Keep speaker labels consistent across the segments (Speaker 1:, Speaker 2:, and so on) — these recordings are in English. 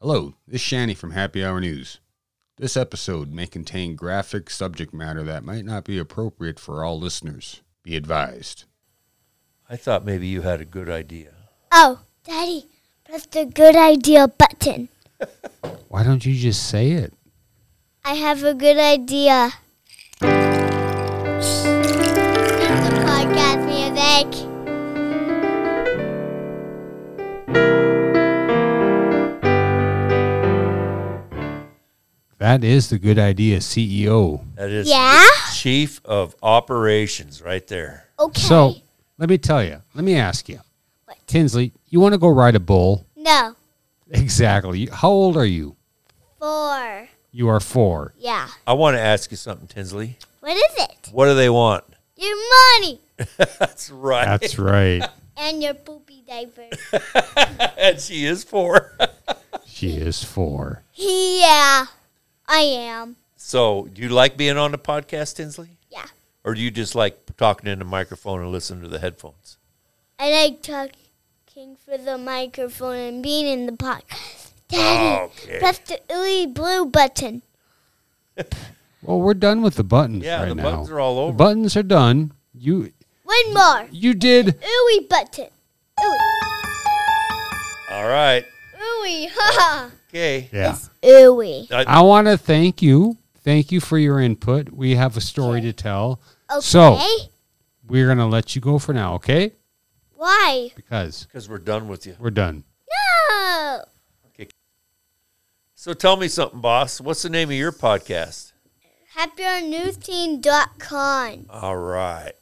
Speaker 1: Hello, this is Shanny from Happy Hour News. This episode may contain graphic subject matter that might not be appropriate for all listeners. Be advised.
Speaker 2: I thought maybe you had a good idea.
Speaker 3: Oh, Daddy, press the good idea button.
Speaker 1: Why don't you just say it?
Speaker 3: I have a good idea. The podcast music.
Speaker 1: That is the good idea, E CEO.
Speaker 2: That is
Speaker 3: Yeah?
Speaker 2: the chief of operations right there.
Speaker 3: Okay.
Speaker 1: So let me tell you, let me ask you.
Speaker 3: What?
Speaker 1: Tinsley, you want to go ride a bull?
Speaker 3: no,
Speaker 1: Exactly. You- How old are you?
Speaker 3: four.
Speaker 1: You are four.
Speaker 3: Yeah.
Speaker 2: I want to ask you something, Tinsley.
Speaker 3: What is it?
Speaker 2: What do they want?
Speaker 3: Your money
Speaker 2: That's right.
Speaker 1: That's right.
Speaker 3: and your poopy diaper.
Speaker 2: and she is four.
Speaker 1: She is four.
Speaker 3: yeah, I am.
Speaker 2: so, do you like being on the podcast, Tinsley?
Speaker 3: Yeah.
Speaker 2: Or do you just like talking in the microphone and listening to the headphones?
Speaker 3: I like talking for the microphone and being in the podcast. Daddy,
Speaker 2: Okay.
Speaker 3: press the ooey blue button.
Speaker 1: Well, we're done with the buttons
Speaker 2: Yeah,
Speaker 1: right
Speaker 2: the
Speaker 1: now.
Speaker 2: buttons are all
Speaker 1: The
Speaker 2: over.
Speaker 1: buttons are done. You
Speaker 3: One more.
Speaker 1: you did
Speaker 3: Ooey button. Ooey.
Speaker 2: all right.
Speaker 3: Ooey. Ha ha.
Speaker 2: Okay.
Speaker 1: Yeah.
Speaker 3: Ooey.
Speaker 2: I,
Speaker 1: I want to thank you. Thank you for your input. We have a story to tell.
Speaker 3: Okay.
Speaker 1: So- We're going to let you go for now, okay?
Speaker 3: Why?
Speaker 1: Because
Speaker 2: because we're done with you.
Speaker 1: we're done.
Speaker 3: No.
Speaker 2: So tell me something, boss. What's the name of your podcast?
Speaker 3: HappierNewsTeen.com.
Speaker 2: All right.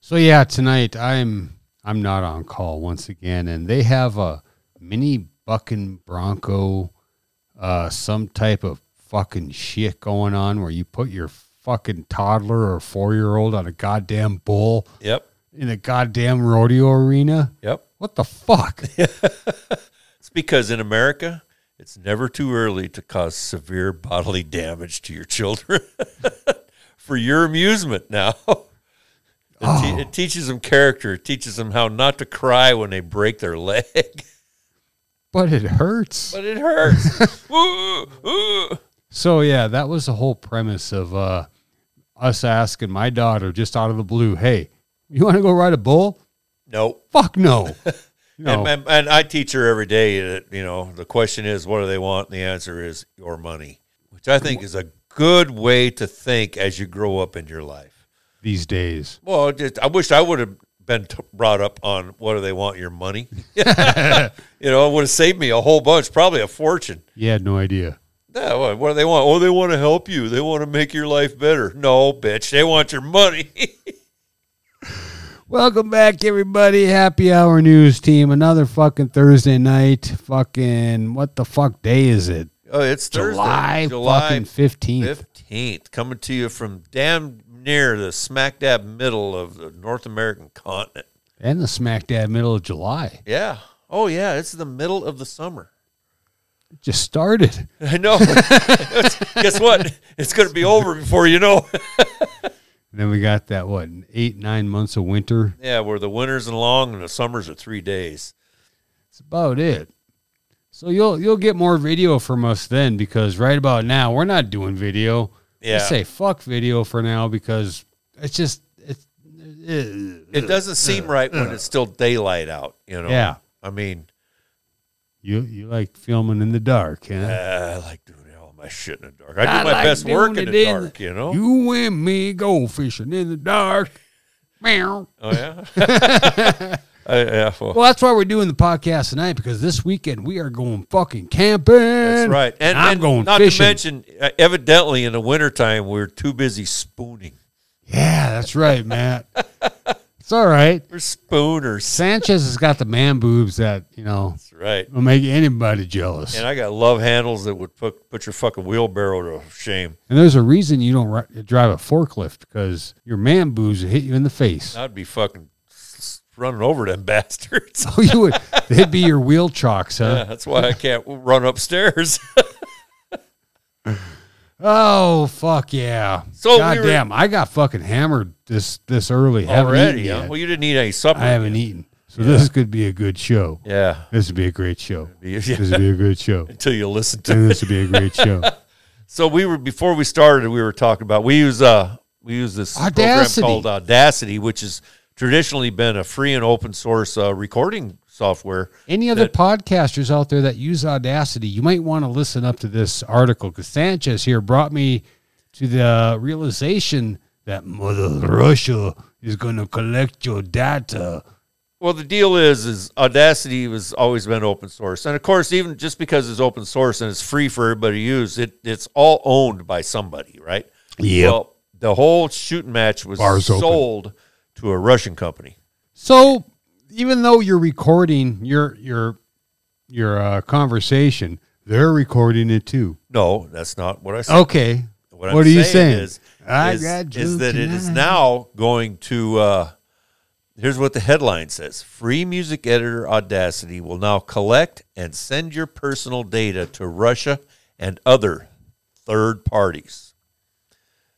Speaker 1: So yeah, tonight I'm I'm not on call once again and they have a mini bucking bronco uh some type of fucking shit going on where you put your fucking toddler or 4-year-old on a goddamn bull
Speaker 2: Yep.
Speaker 1: in a goddamn rodeo arena.
Speaker 2: Yep.
Speaker 1: What the fuck?
Speaker 2: It's because in America, it's never too early to cause severe bodily damage to your children for your amusement now. It, te- it teaches them character. It teaches them how not to cry when they break their leg,
Speaker 1: but it hurts.
Speaker 2: but it hurts. Ooh, ooh.
Speaker 1: So yeah, that was the whole premise of uh, us asking my daughter just out of the blue, "Hey, you want to go ride a bull?"
Speaker 2: Nope.
Speaker 1: Fuck no. no.
Speaker 2: And, and, and I teach her every day that, you know, the question is, what do they want? And the answer is your money, which I think is a good way to think as you grow up in your life.
Speaker 1: These days,
Speaker 2: Well, just, I wish I would have been t- brought up on what do they want your money. you know, it would have saved me a whole bunch, probably a fortune.
Speaker 1: you had no idea.
Speaker 2: No, what- what do they want? Oh, they want to help you. They want to make your life better. No, bitch, they want your money.
Speaker 1: Welcome back, everybody. Happy Hour News Team. Another fucking Thursday night. Fucking what the fuck day is it?
Speaker 2: oh, it's Thursday,
Speaker 1: July, fucking fifteenth.
Speaker 2: fifteenth, coming to you from damn near the smack dab middle of the North American continent.
Speaker 1: And the smack dab middle of July
Speaker 2: Yeah. Oh, yeah. It's the middle of the summer.
Speaker 1: It just started.
Speaker 2: I know. Guess what? It's going to be over before you know.
Speaker 1: then we got that what eight nine months of winter.
Speaker 2: Yeah, where the winters are long and the summers are three days.
Speaker 1: That's about it. So you'll you'll get more video from us then because right about now we're not doing video.
Speaker 2: Yeah.
Speaker 1: I say fuck video for now because it's just it's eh,
Speaker 2: It doesn't seem right when it's still daylight out, you know.
Speaker 1: Yeah.
Speaker 2: I mean,
Speaker 1: you you like filming in the dark, huh?
Speaker 2: uh, I like doing all my shit in the dark. I do
Speaker 1: I
Speaker 2: my
Speaker 1: like
Speaker 2: best work
Speaker 1: doing
Speaker 2: in
Speaker 1: it
Speaker 2: the
Speaker 1: in
Speaker 2: dark, you know.
Speaker 1: You and me go fishing in the dark. Meow.
Speaker 2: oh yeah. I, yeah well,
Speaker 1: Well, that's why we're doing the podcast tonight because this weekend we are going fucking camping.
Speaker 2: that's right. And,
Speaker 1: I'm
Speaker 2: and
Speaker 1: going
Speaker 2: not
Speaker 1: fishing.
Speaker 2: to mention, uh, evidently in the wintertime, we're too busy spooning.
Speaker 1: Yeah, that's right, Matt. it's all right.
Speaker 2: We're spooners.
Speaker 1: Sanchez has got the man boobs that you know
Speaker 2: That's right.
Speaker 1: will make anybody jealous.
Speaker 2: And
Speaker 1: And,
Speaker 2: I got love handles that would put, put your fucking wheelbarrow to shame.
Speaker 1: there's a reason you don't ri- drive a forklift because your man boobs will hit you in the face.
Speaker 2: I'd be fucking s- running over them bastards.
Speaker 1: Oh, you would. They'd be your wheel chocks, huh?
Speaker 2: Yeah, that's why I can't run upstairs.
Speaker 1: Oh, fuck yeah!
Speaker 2: So we
Speaker 1: God
Speaker 2: were-
Speaker 1: damn, I got fucking hammered this this early. Haven't
Speaker 2: Already,
Speaker 1: eaten
Speaker 2: huh?
Speaker 1: yet.
Speaker 2: well, you didn't eat any supper.
Speaker 1: I haven't eaten. So this could be a good show.
Speaker 2: Yeah.
Speaker 1: This would be a great show.
Speaker 2: Yeah.
Speaker 1: This would be a great show.
Speaker 2: Until you listen to
Speaker 1: And this would be a great show.
Speaker 2: So we were before we started, we were talking about we use uh we use this
Speaker 1: Audacity.
Speaker 2: program called Audacity, which has traditionally been a free and open source uh, recording software.
Speaker 1: Any other podcasters out there that use Audacity, you might want to listen up to this article because Sanchez here brought me to the realization that Mother Russia is going to collect your data.
Speaker 2: Well, the deal is is Audacity has always been open source, and of course, even just because it's open source and it's free for everybody to use, it it's all owned by somebody, right?
Speaker 1: Yep.
Speaker 2: Well, the whole shooting match was
Speaker 1: Bars open.
Speaker 2: sold to a Russian company.
Speaker 1: So even though you're recording your your your uh, conversation, they're recording it too.
Speaker 2: No, that's not what I said.
Speaker 1: Okay.
Speaker 2: What,
Speaker 1: Oh, What,
Speaker 2: I'm
Speaker 1: are you saying?
Speaker 2: Is,
Speaker 1: I
Speaker 2: is,
Speaker 1: got
Speaker 2: is
Speaker 1: you
Speaker 2: that it is
Speaker 1: tonight.
Speaker 2: now going to. Uh, here's what the headline says: Free music editor Audacity will now collect and send your personal data to Russia and other third parties.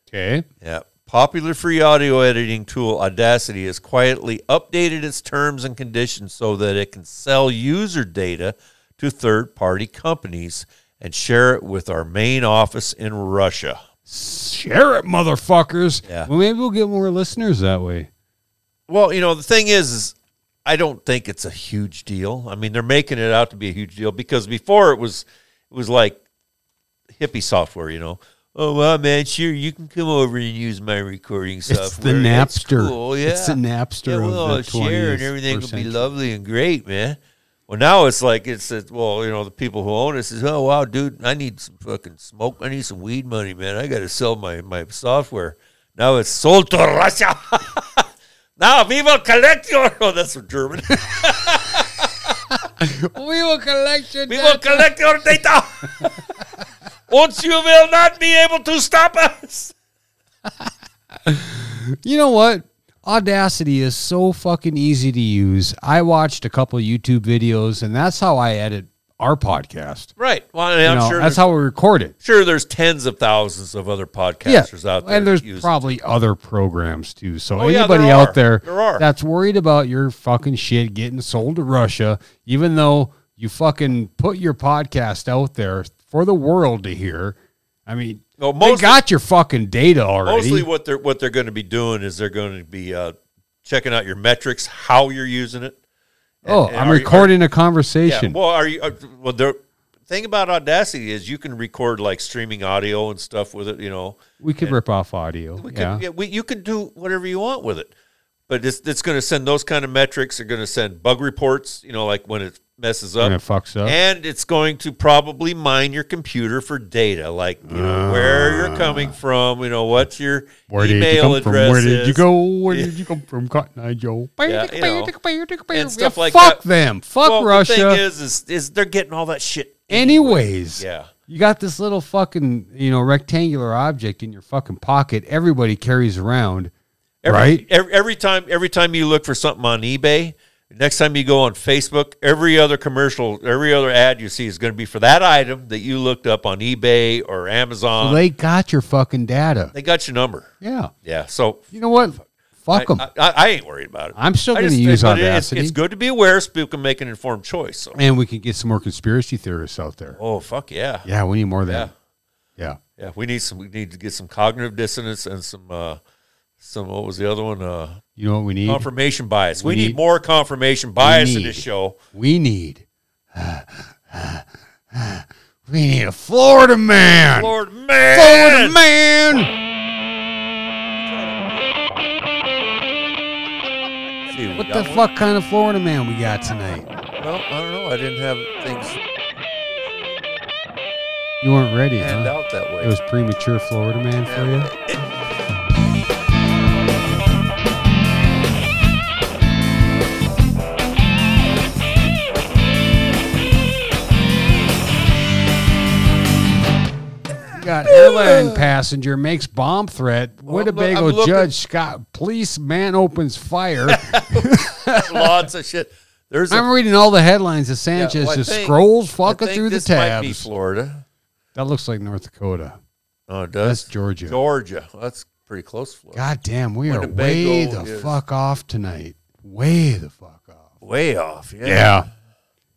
Speaker 1: okay.
Speaker 2: Yeah. Popular free audio editing tool Audacity has quietly updated its terms and conditions so that it can sell user data to third party companies and share it with our main office in Russia.
Speaker 1: Share it, motherfuckers.
Speaker 2: Yeah.
Speaker 1: Well, maybe we'll get more listeners that way.
Speaker 2: Well, you know, the thing is, is I don't think it's a huge deal. I mean, they're making it out to be a huge deal because before it was it was like hippie software, you know. Oh well, man, sure you can come over and use my recording software.
Speaker 1: It's the
Speaker 2: That's
Speaker 1: Napster.
Speaker 2: cool, yeah.
Speaker 1: It's the Napster
Speaker 2: Yeah, we'll all
Speaker 1: of the 20th
Speaker 2: share and everything will be
Speaker 1: century.
Speaker 2: lovely and great, man. Well, now it's like it's it's- well, you know, the people who own it says, "Oh wow, dude, I need some fucking smoke. I need some weed money, man. I got to sell my my software." Now it's sold to Russia. now we will collect your. Oh, that's from German.
Speaker 1: We will collect your
Speaker 2: we will collect your data. Once you will not be able to stop us.
Speaker 1: You know what? Audacity is so fucking easy to use. I watched a couple of YouTube videos, and that's how I edit our podcast.
Speaker 2: Right. Well, I mean,
Speaker 1: You
Speaker 2: I'm
Speaker 1: know,
Speaker 2: sure.
Speaker 1: that's
Speaker 2: There's,
Speaker 1: how we record it.
Speaker 2: sure, there's tens of thousands of other
Speaker 1: Yeah,
Speaker 2: podcasters out there.
Speaker 1: and there's
Speaker 2: that use it.
Speaker 1: probably other programs too. So
Speaker 2: Oh, yeah,
Speaker 1: anybody
Speaker 2: there are.
Speaker 1: out there,
Speaker 2: There are.
Speaker 1: that's worried about your fucking shit getting sold to Russia, even though you fucking put your podcast out there for the world to hear. I mean,
Speaker 2: No,
Speaker 1: they
Speaker 2: mostly-
Speaker 1: got your fucking data already.
Speaker 2: Mostly, what they're what they're going to be doing is they're going to be uh, checking out your metrics, how you're using it.
Speaker 1: oh,
Speaker 2: and
Speaker 1: I'm
Speaker 2: are you-
Speaker 1: recording a
Speaker 2: Yeah.
Speaker 1: conversation.
Speaker 2: Well, are you? Are, well, the thing about Audacity is you can record like streaming audio and stuff with it. You know,
Speaker 1: we could rip off audio.
Speaker 2: we could,
Speaker 1: yeah.
Speaker 2: yeah, we, you can do whatever you want with it. But it's it's going to send those kind of metrics. They're going to send bug reports. You know, like when it messes up.
Speaker 1: and it fucks up.
Speaker 2: And it's going to probably mine your computer for data, like you know, where you're coming from, you know, what's your
Speaker 1: Ah. Where did
Speaker 2: email
Speaker 1: you come from?
Speaker 2: address
Speaker 1: Where did you
Speaker 2: is.
Speaker 1: go? Where did you come from, Cotton Eye Joe?
Speaker 2: Yeah, you know, and stuff like
Speaker 1: fuck
Speaker 2: that.
Speaker 1: them. Fuck
Speaker 2: Well,
Speaker 1: Russia.
Speaker 2: The thing is, is, is they're getting all that shit.
Speaker 1: Anyways,
Speaker 2: Yeah.
Speaker 1: you got this little fucking you know rectangular object in your fucking pocket. Everybody carries around,
Speaker 2: Every,
Speaker 1: right?
Speaker 2: Every, every time, every time you look for something on eBay, next time you go on Facebook, every other commercial, every other ad you see is going to be for that item that you looked up on eBay or Amazon.
Speaker 1: So
Speaker 2: they,
Speaker 1: they got your fucking data.
Speaker 2: got your number.
Speaker 1: Yeah.
Speaker 2: Yeah. So
Speaker 1: You know what? Fuck them.
Speaker 2: I, I, I ain't worried about it.
Speaker 1: I'm still
Speaker 2: I
Speaker 1: going to
Speaker 2: just-
Speaker 1: use
Speaker 2: but it- it's,
Speaker 1: Audacity,
Speaker 2: it's good to be aware so people can make an informed choice. So.
Speaker 1: and we can get some more conspiracy theorists out there.
Speaker 2: Oh fuck yeah.
Speaker 1: Yeah, we need more of that. yeah.
Speaker 2: Yeah, we need some. We need to get some cognitive dissonance and some, uh, some. What was the other one? Uh,
Speaker 1: You know what we need?
Speaker 2: confirmation bias.
Speaker 1: We
Speaker 2: We, need,
Speaker 1: need-
Speaker 2: more confirmation bias in
Speaker 1: need-
Speaker 2: this show.
Speaker 1: We need. we need a Florida man.
Speaker 2: Lord
Speaker 1: Florida
Speaker 2: man,
Speaker 1: man.
Speaker 2: See, we
Speaker 1: What the
Speaker 2: got one?
Speaker 1: fuck kind of Florida man we got tonight?
Speaker 2: Well, I don't know. I didn't have things
Speaker 1: You weren't ready,
Speaker 2: panned
Speaker 1: huh?
Speaker 2: out that way.
Speaker 1: It was premature Florida man for you. You Got airline passenger makes bomb threat. Winnebago
Speaker 2: I'm looking-
Speaker 1: judge Scott police man opens fire.
Speaker 2: lots of shit. There's a,
Speaker 1: I'm reading all the headlines as
Speaker 2: yeah,
Speaker 1: Sanchez
Speaker 2: well, I
Speaker 1: just
Speaker 2: think-
Speaker 1: scrolls
Speaker 2: I
Speaker 1: fucking
Speaker 2: think
Speaker 1: through the
Speaker 2: this might be
Speaker 1: tabs.
Speaker 2: Florida.
Speaker 1: That looks like North Dakota.
Speaker 2: Oh, it
Speaker 1: That's
Speaker 2: does
Speaker 1: Georgia.
Speaker 2: Georgia. Well, that's pretty close. to Florida.
Speaker 1: God damn, we are
Speaker 2: Winnebago
Speaker 1: way the
Speaker 2: is-
Speaker 1: fuck off tonight. Way the fuck off.
Speaker 2: Way off. Yeah.
Speaker 1: Yeah.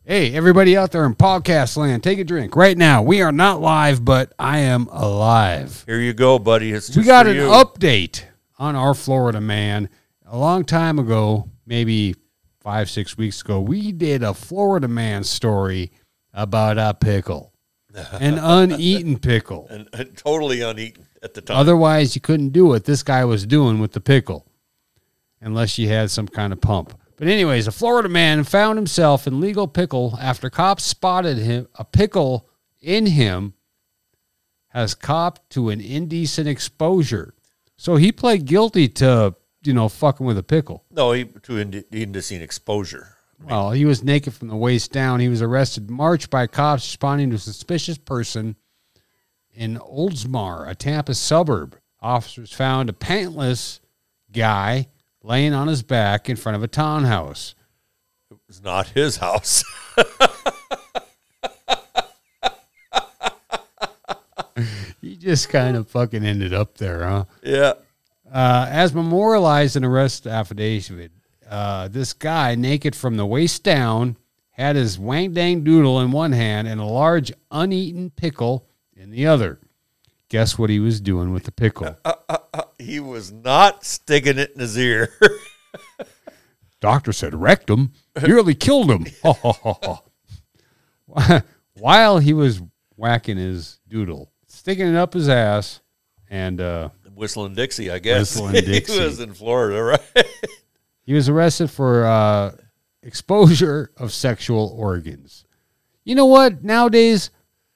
Speaker 1: Hey, everybody out there in podcast land, take a drink right now. We are not live, but I am alive.
Speaker 2: Here you go, buddy. It's just
Speaker 1: we got
Speaker 2: for
Speaker 1: an
Speaker 2: you.
Speaker 1: update on our Florida man. A long time ago, maybe five, six weeks ago, we did a Florida man story about a pickle, an uneaten pickle.
Speaker 2: and, and totally uneaten at the time.
Speaker 1: Otherwise, you couldn't do what this guy was doing with the pickle unless you had some kind of pump. But, anyways, a Florida man found himself in legal pickle after cops spotted him a pickle in him has copped to an indecent exposure. So he pled guilty to, you know, fucking with a pickle.
Speaker 2: no, he, to ind- indecent exposure.
Speaker 1: Well, he was naked from the waist down. He was arrested March by cops responding to a suspicious person in Oldsmar, a Tampa suburb. Officers found a pantless guy laying on his back in front of a townhouse.
Speaker 2: It's not his house.
Speaker 1: He just kind of fucking ended up there, huh?
Speaker 2: yeah.
Speaker 1: Uh, as memorialized in arrest affidavit, uh, this guy, naked from the waist down, had his wang dang doodle in one hand and a large uneaten pickle in the other. Guess what he was doing with the pickle?
Speaker 2: He was not sticking it in his ear.
Speaker 1: Doctor said wrecked him, nearly killed him. While he was whacking his doodle, sticking it up his ass, and uh,
Speaker 2: Whistling Dixie, I guess.
Speaker 1: Whistling Dixie.
Speaker 2: he was in Florida, right?
Speaker 1: He was arrested for uh, exposure of sexual organs. You know what? Nowadays,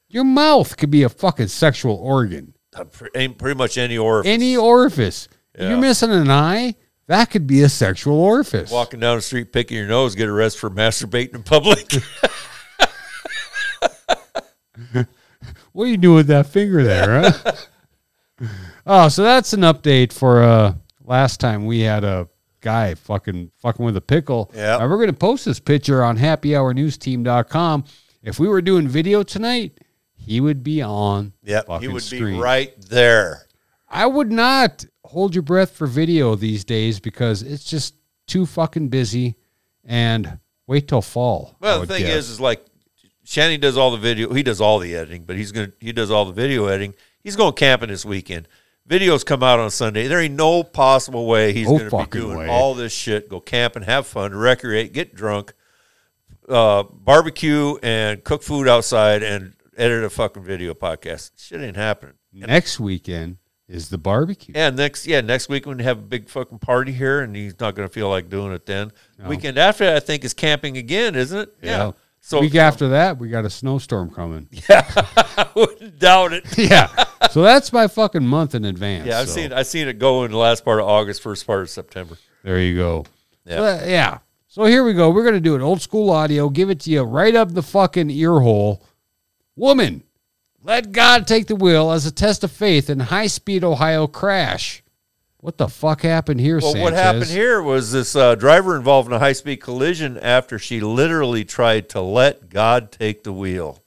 Speaker 1: your mouth could be a fucking sexual organ.
Speaker 2: Uh, pre- ain't pretty much any orifice.
Speaker 1: Any orifice. If
Speaker 2: Yeah.
Speaker 1: you're missing an eye, that could be a sexual orifice.
Speaker 2: Walking down the street, picking your nose, get arrested for masturbating in public.
Speaker 1: What are you doing with that finger there? Huh? oh, so that's an update for uh, last time we had a guy fucking fucking with a pickle.
Speaker 2: Yep.
Speaker 1: And we're gonna post this picture on happyhournewsteam.com. If we were doing video tonight, he would be on the
Speaker 2: yep, he
Speaker 1: fucking
Speaker 2: would
Speaker 1: screen.
Speaker 2: be right there.
Speaker 1: I would not hold your breath for video these days because it's just too fucking busy and wait till fall. I
Speaker 2: Well, the
Speaker 1: would
Speaker 2: thing
Speaker 1: guess.
Speaker 2: is, is like Shanny does all the video. He does all the editing, but he's gonna he does all the video editing. He's going camping this weekend. Videos come out on Sunday. There ain't no possible way he's
Speaker 1: No
Speaker 2: gonna be
Speaker 1: fucking
Speaker 2: doing
Speaker 1: way.
Speaker 2: all this shit. Go camping, have fun, recreate, get drunk, uh, barbecue, and cook food outside, and edit a fucking video podcast. Shit ain't happening.
Speaker 1: next weekend is the barbecue.
Speaker 2: And next, yeah, next week we have a big fucking party here, and he's not going to feel like doing it then. Weekend after, I think is camping again, isn't it?
Speaker 1: Yeah.
Speaker 2: So
Speaker 1: week after that, we got a snowstorm coming.
Speaker 2: I wouldn't doubt it.
Speaker 1: yeah. So that's my fucking month in advance.
Speaker 2: Yeah, I've
Speaker 1: so
Speaker 2: seen I've seen it go in the last part of August, first part of September.
Speaker 1: There you go.
Speaker 2: Yeah.
Speaker 1: Yeah. yeah. So here we go. We're gonna do an old school audio. Give it to you right up the fucking ear hole. Woman, let God take the wheel as a test of faith in high speed Ohio crash. What the fuck happened here,
Speaker 2: Well, what
Speaker 1: Sanchez?
Speaker 2: happened here was this uh, driver involved in a high speed collision after she literally tried to let God take the wheel.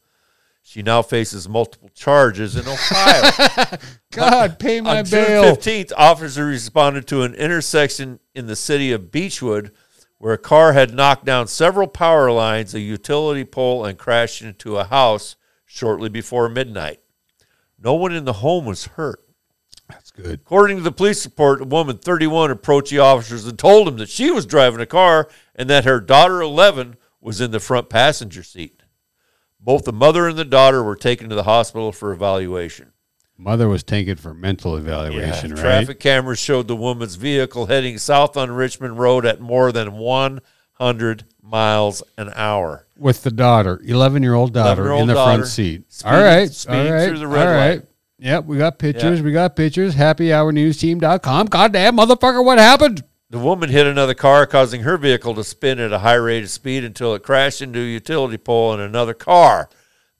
Speaker 2: She now faces multiple charges in Ohio.
Speaker 1: God, pay my
Speaker 2: On June
Speaker 1: bail.
Speaker 2: 15th, officers responded to an intersection in the city of Beechwood where a car had knocked down several power lines, a utility pole, and crashed into a house shortly before midnight. No one in the home was hurt.
Speaker 1: That's good.
Speaker 2: According to the police report, a woman 31 approached the officers and told them that she was driving a car and that her daughter 11 was in the front passenger seat. Both the mother and the daughter were taken to the hospital for evaluation.
Speaker 1: Mother was taken for mental
Speaker 2: Yeah,
Speaker 1: evaluation, right?
Speaker 2: Traffic cameras showed the woman's vehicle heading south on Richmond Road at more than 100 miles an hour.
Speaker 1: with the daughter, eleven year old daughter
Speaker 2: 11-year-old
Speaker 1: in the
Speaker 2: daughter,
Speaker 1: front seat.
Speaker 2: speeding-
Speaker 1: all right,
Speaker 2: speeding
Speaker 1: all right,
Speaker 2: through the red
Speaker 1: all
Speaker 2: light.
Speaker 1: right. Yep, we got pictures. We got pictures. HappyHourNewsTeam.com. Goddamn, motherfucker, what happened?
Speaker 2: The woman hit another car, causing her vehicle to spin at a high rate of speed until it crashed into a utility pole and another car.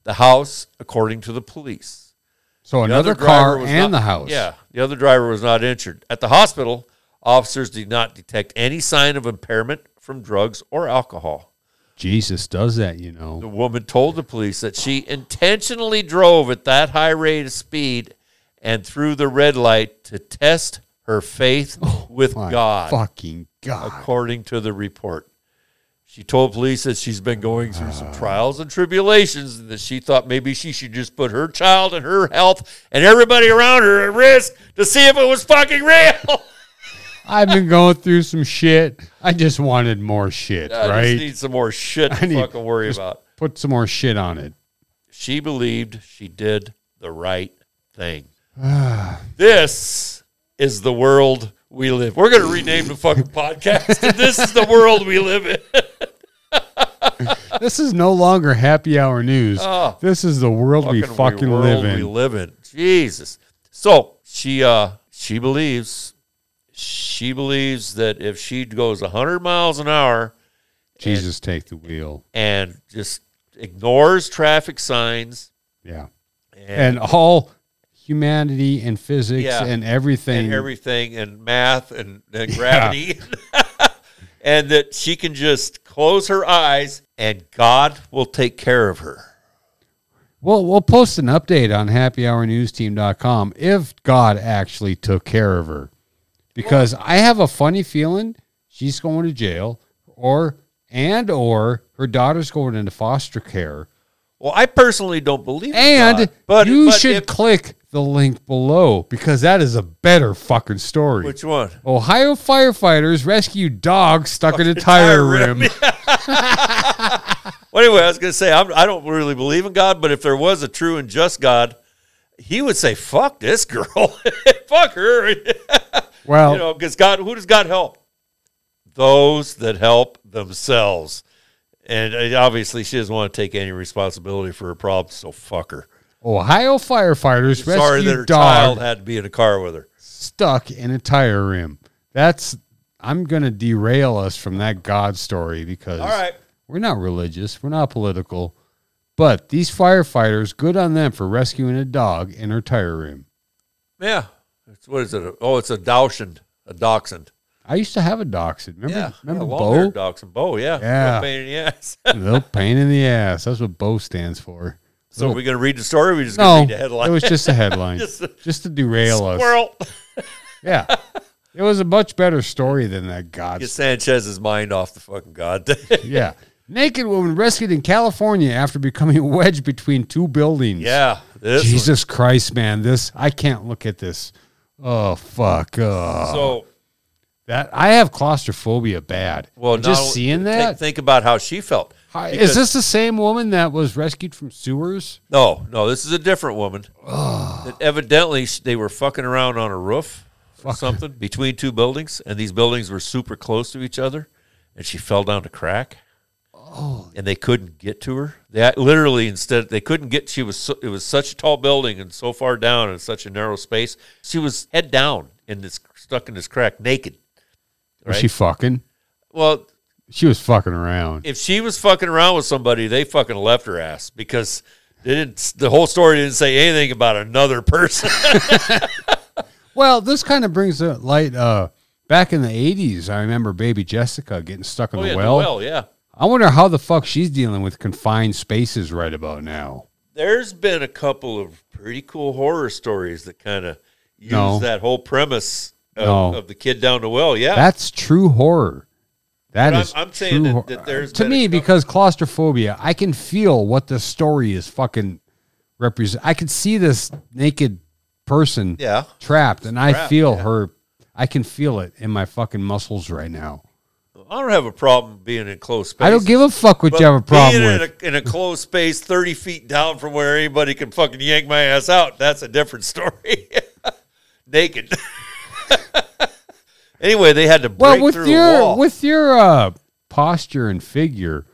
Speaker 2: The house, according to the police.
Speaker 1: So
Speaker 2: The
Speaker 1: another
Speaker 2: other driver
Speaker 1: car
Speaker 2: was
Speaker 1: and
Speaker 2: not-
Speaker 1: the house.
Speaker 2: Yeah, the other driver was not injured. At the hospital, officers did not detect any sign of impairment from drugs or alcohol.
Speaker 1: Jesus does that, you
Speaker 2: The
Speaker 1: know.
Speaker 2: woman told the police that she intentionally drove at that high rate of speed and through the red light to test her faith with
Speaker 1: Oh My
Speaker 2: God,
Speaker 1: fucking God.
Speaker 2: according to the report. She told police that she's been going through
Speaker 1: Uh.
Speaker 2: some trials and tribulations and that she thought maybe she should just put her child and her health and everybody around her at risk to see if it was fucking real.
Speaker 1: I've been going through some shit. I just wanted more shit,
Speaker 2: I
Speaker 1: right?
Speaker 2: just need some more shit
Speaker 1: I
Speaker 2: to
Speaker 1: need-
Speaker 2: fucking worry
Speaker 1: just-
Speaker 2: about.
Speaker 1: Put some more shit on it.
Speaker 2: She believed she did the right thing.
Speaker 1: Ah.
Speaker 2: this is the world we live. We're going to rename the fucking podcast. to this is the world we live in.
Speaker 1: This is no longer happy hour news.
Speaker 2: Oh.
Speaker 1: this is the world Ah. we fucking
Speaker 2: world
Speaker 1: live
Speaker 2: We
Speaker 1: in.
Speaker 2: live in. Jesus. So she uh she believes she believes that if she goes hundred miles an hour
Speaker 1: Jesus, take the wheel.
Speaker 2: and just ignores traffic signs
Speaker 1: Yeah.
Speaker 2: and,
Speaker 1: And all humanity and physics
Speaker 2: Yeah.
Speaker 1: and everything.
Speaker 2: and everything and math and, and gravity and that she can just close her eyes and God will take care of her.
Speaker 1: Well, we'll post an update on happyhournewsteam.com if God actually took care of her. Because I have a funny feeling she's going to jail or and or her daughter's going into foster care.
Speaker 2: Well, I personally don't believe in
Speaker 1: And
Speaker 2: God, but
Speaker 1: you
Speaker 2: but
Speaker 1: should
Speaker 2: if-
Speaker 1: click the link below because that is a better fucking story.
Speaker 2: which one?
Speaker 1: Ohio firefighters rescue dog stuck in a tire rim.
Speaker 2: Well, anyway, I was going to say I'm, I don't really believe in God, but if there was a true and just God, He would say, "Fuck this girl, fuck her," you
Speaker 1: Well,
Speaker 2: know, because God, who does God help? Those that help themselves, and uh, obviously she doesn't want to take any responsibility for her problems, so fuck her.
Speaker 1: Ohio firefighters
Speaker 2: Sorry that
Speaker 1: rescue
Speaker 2: her
Speaker 1: dog
Speaker 2: child had to be in a car with her.
Speaker 1: stuck in a tire rim. That's I'm gonna derail us from that God story because
Speaker 2: All right,
Speaker 1: we're not religious, we're not political, but these firefighters, good on them for rescuing a dog in her tire rim.
Speaker 2: yeah. It's, what is it? Oh, it's a dachshund, a dachshund.
Speaker 1: I used to have a dachshund. Remember,
Speaker 2: yeah,
Speaker 1: remember
Speaker 2: yeah,
Speaker 1: Bo?
Speaker 2: long-haired dachshund, Bo. Yeah,
Speaker 1: Yeah.
Speaker 2: Pain in the ass.
Speaker 1: Little pain in the ass. That's what Bo stands for.
Speaker 2: So are we going to read the story? Or are we just
Speaker 1: No,
Speaker 2: going to read the headline?
Speaker 1: it was just a headline,
Speaker 2: Just
Speaker 1: just,
Speaker 2: a
Speaker 1: to derail us.
Speaker 2: Squirrel.
Speaker 1: Yeah, it was a much better story than that God
Speaker 2: Get Sanchez's mind off the fucking god. thing.
Speaker 1: Yeah. Naked woman rescued in California after becoming wedged between two buildings.
Speaker 2: yeah. This one.
Speaker 1: Jesus Christ, man. This I can't look at this. Oh fuck. Oh.
Speaker 2: So,
Speaker 1: that I have claustrophobia bad.
Speaker 2: well,
Speaker 1: And just
Speaker 2: now
Speaker 1: seeing
Speaker 2: think-
Speaker 1: that.
Speaker 2: Think about how she felt.
Speaker 1: Hi-
Speaker 2: because-
Speaker 1: is this the same woman that was rescued from sewers?
Speaker 2: No, no, this is a different woman. That evidently sh- they were fucking around on a roof or something between two buildings, and these buildings were super close to each other, and she fell down a crack. Oh. And they couldn't get to her. That literally instead they couldn't get. She was so, it was such a tall building and so far down and such a narrow space. She was head down in this stuck in this crack, naked.
Speaker 1: Was she fucking?
Speaker 2: Well,
Speaker 1: She was fucking around.
Speaker 2: if she was fucking around with somebody, they fucking left her ass because they didn't. The whole story didn't say anything about another person.
Speaker 1: Well, this kind of brings to light uh back in the eighties, I remember baby Jessica getting stuck in
Speaker 2: Oh,
Speaker 1: the
Speaker 2: yeah, the
Speaker 1: well.
Speaker 2: well, yeah.
Speaker 1: I wonder how the fuck she's dealing with confined spaces right about now.
Speaker 2: There's been a couple of pretty cool horror stories that kind of use
Speaker 1: No.
Speaker 2: that whole premise of,
Speaker 1: No.
Speaker 2: of the kid down the well. Yeah,
Speaker 1: That's true horror. That
Speaker 2: But
Speaker 1: is
Speaker 2: I'm- I'm saying
Speaker 1: true
Speaker 2: that-
Speaker 1: hor-
Speaker 2: that there's
Speaker 1: to
Speaker 2: been a
Speaker 1: me
Speaker 2: couple-
Speaker 1: because claustrophobia. I can feel what the story is fucking represent. I can see this naked person
Speaker 2: yeah.
Speaker 1: trapped, and I
Speaker 2: Trapped,
Speaker 1: feel
Speaker 2: yeah.
Speaker 1: her. I can feel it in my fucking muscles right now.
Speaker 2: I don't have a problem being in close space.
Speaker 1: I don't give a fuck what you have a problem
Speaker 2: being
Speaker 1: with.
Speaker 2: In a, in a closed space, thirty feet down from where anybody can fucking yank my ass out. That's a different story. Naked. anyway, they had to break
Speaker 1: well, with
Speaker 2: through a
Speaker 1: your
Speaker 2: wall.
Speaker 1: with your uh, posture and figure,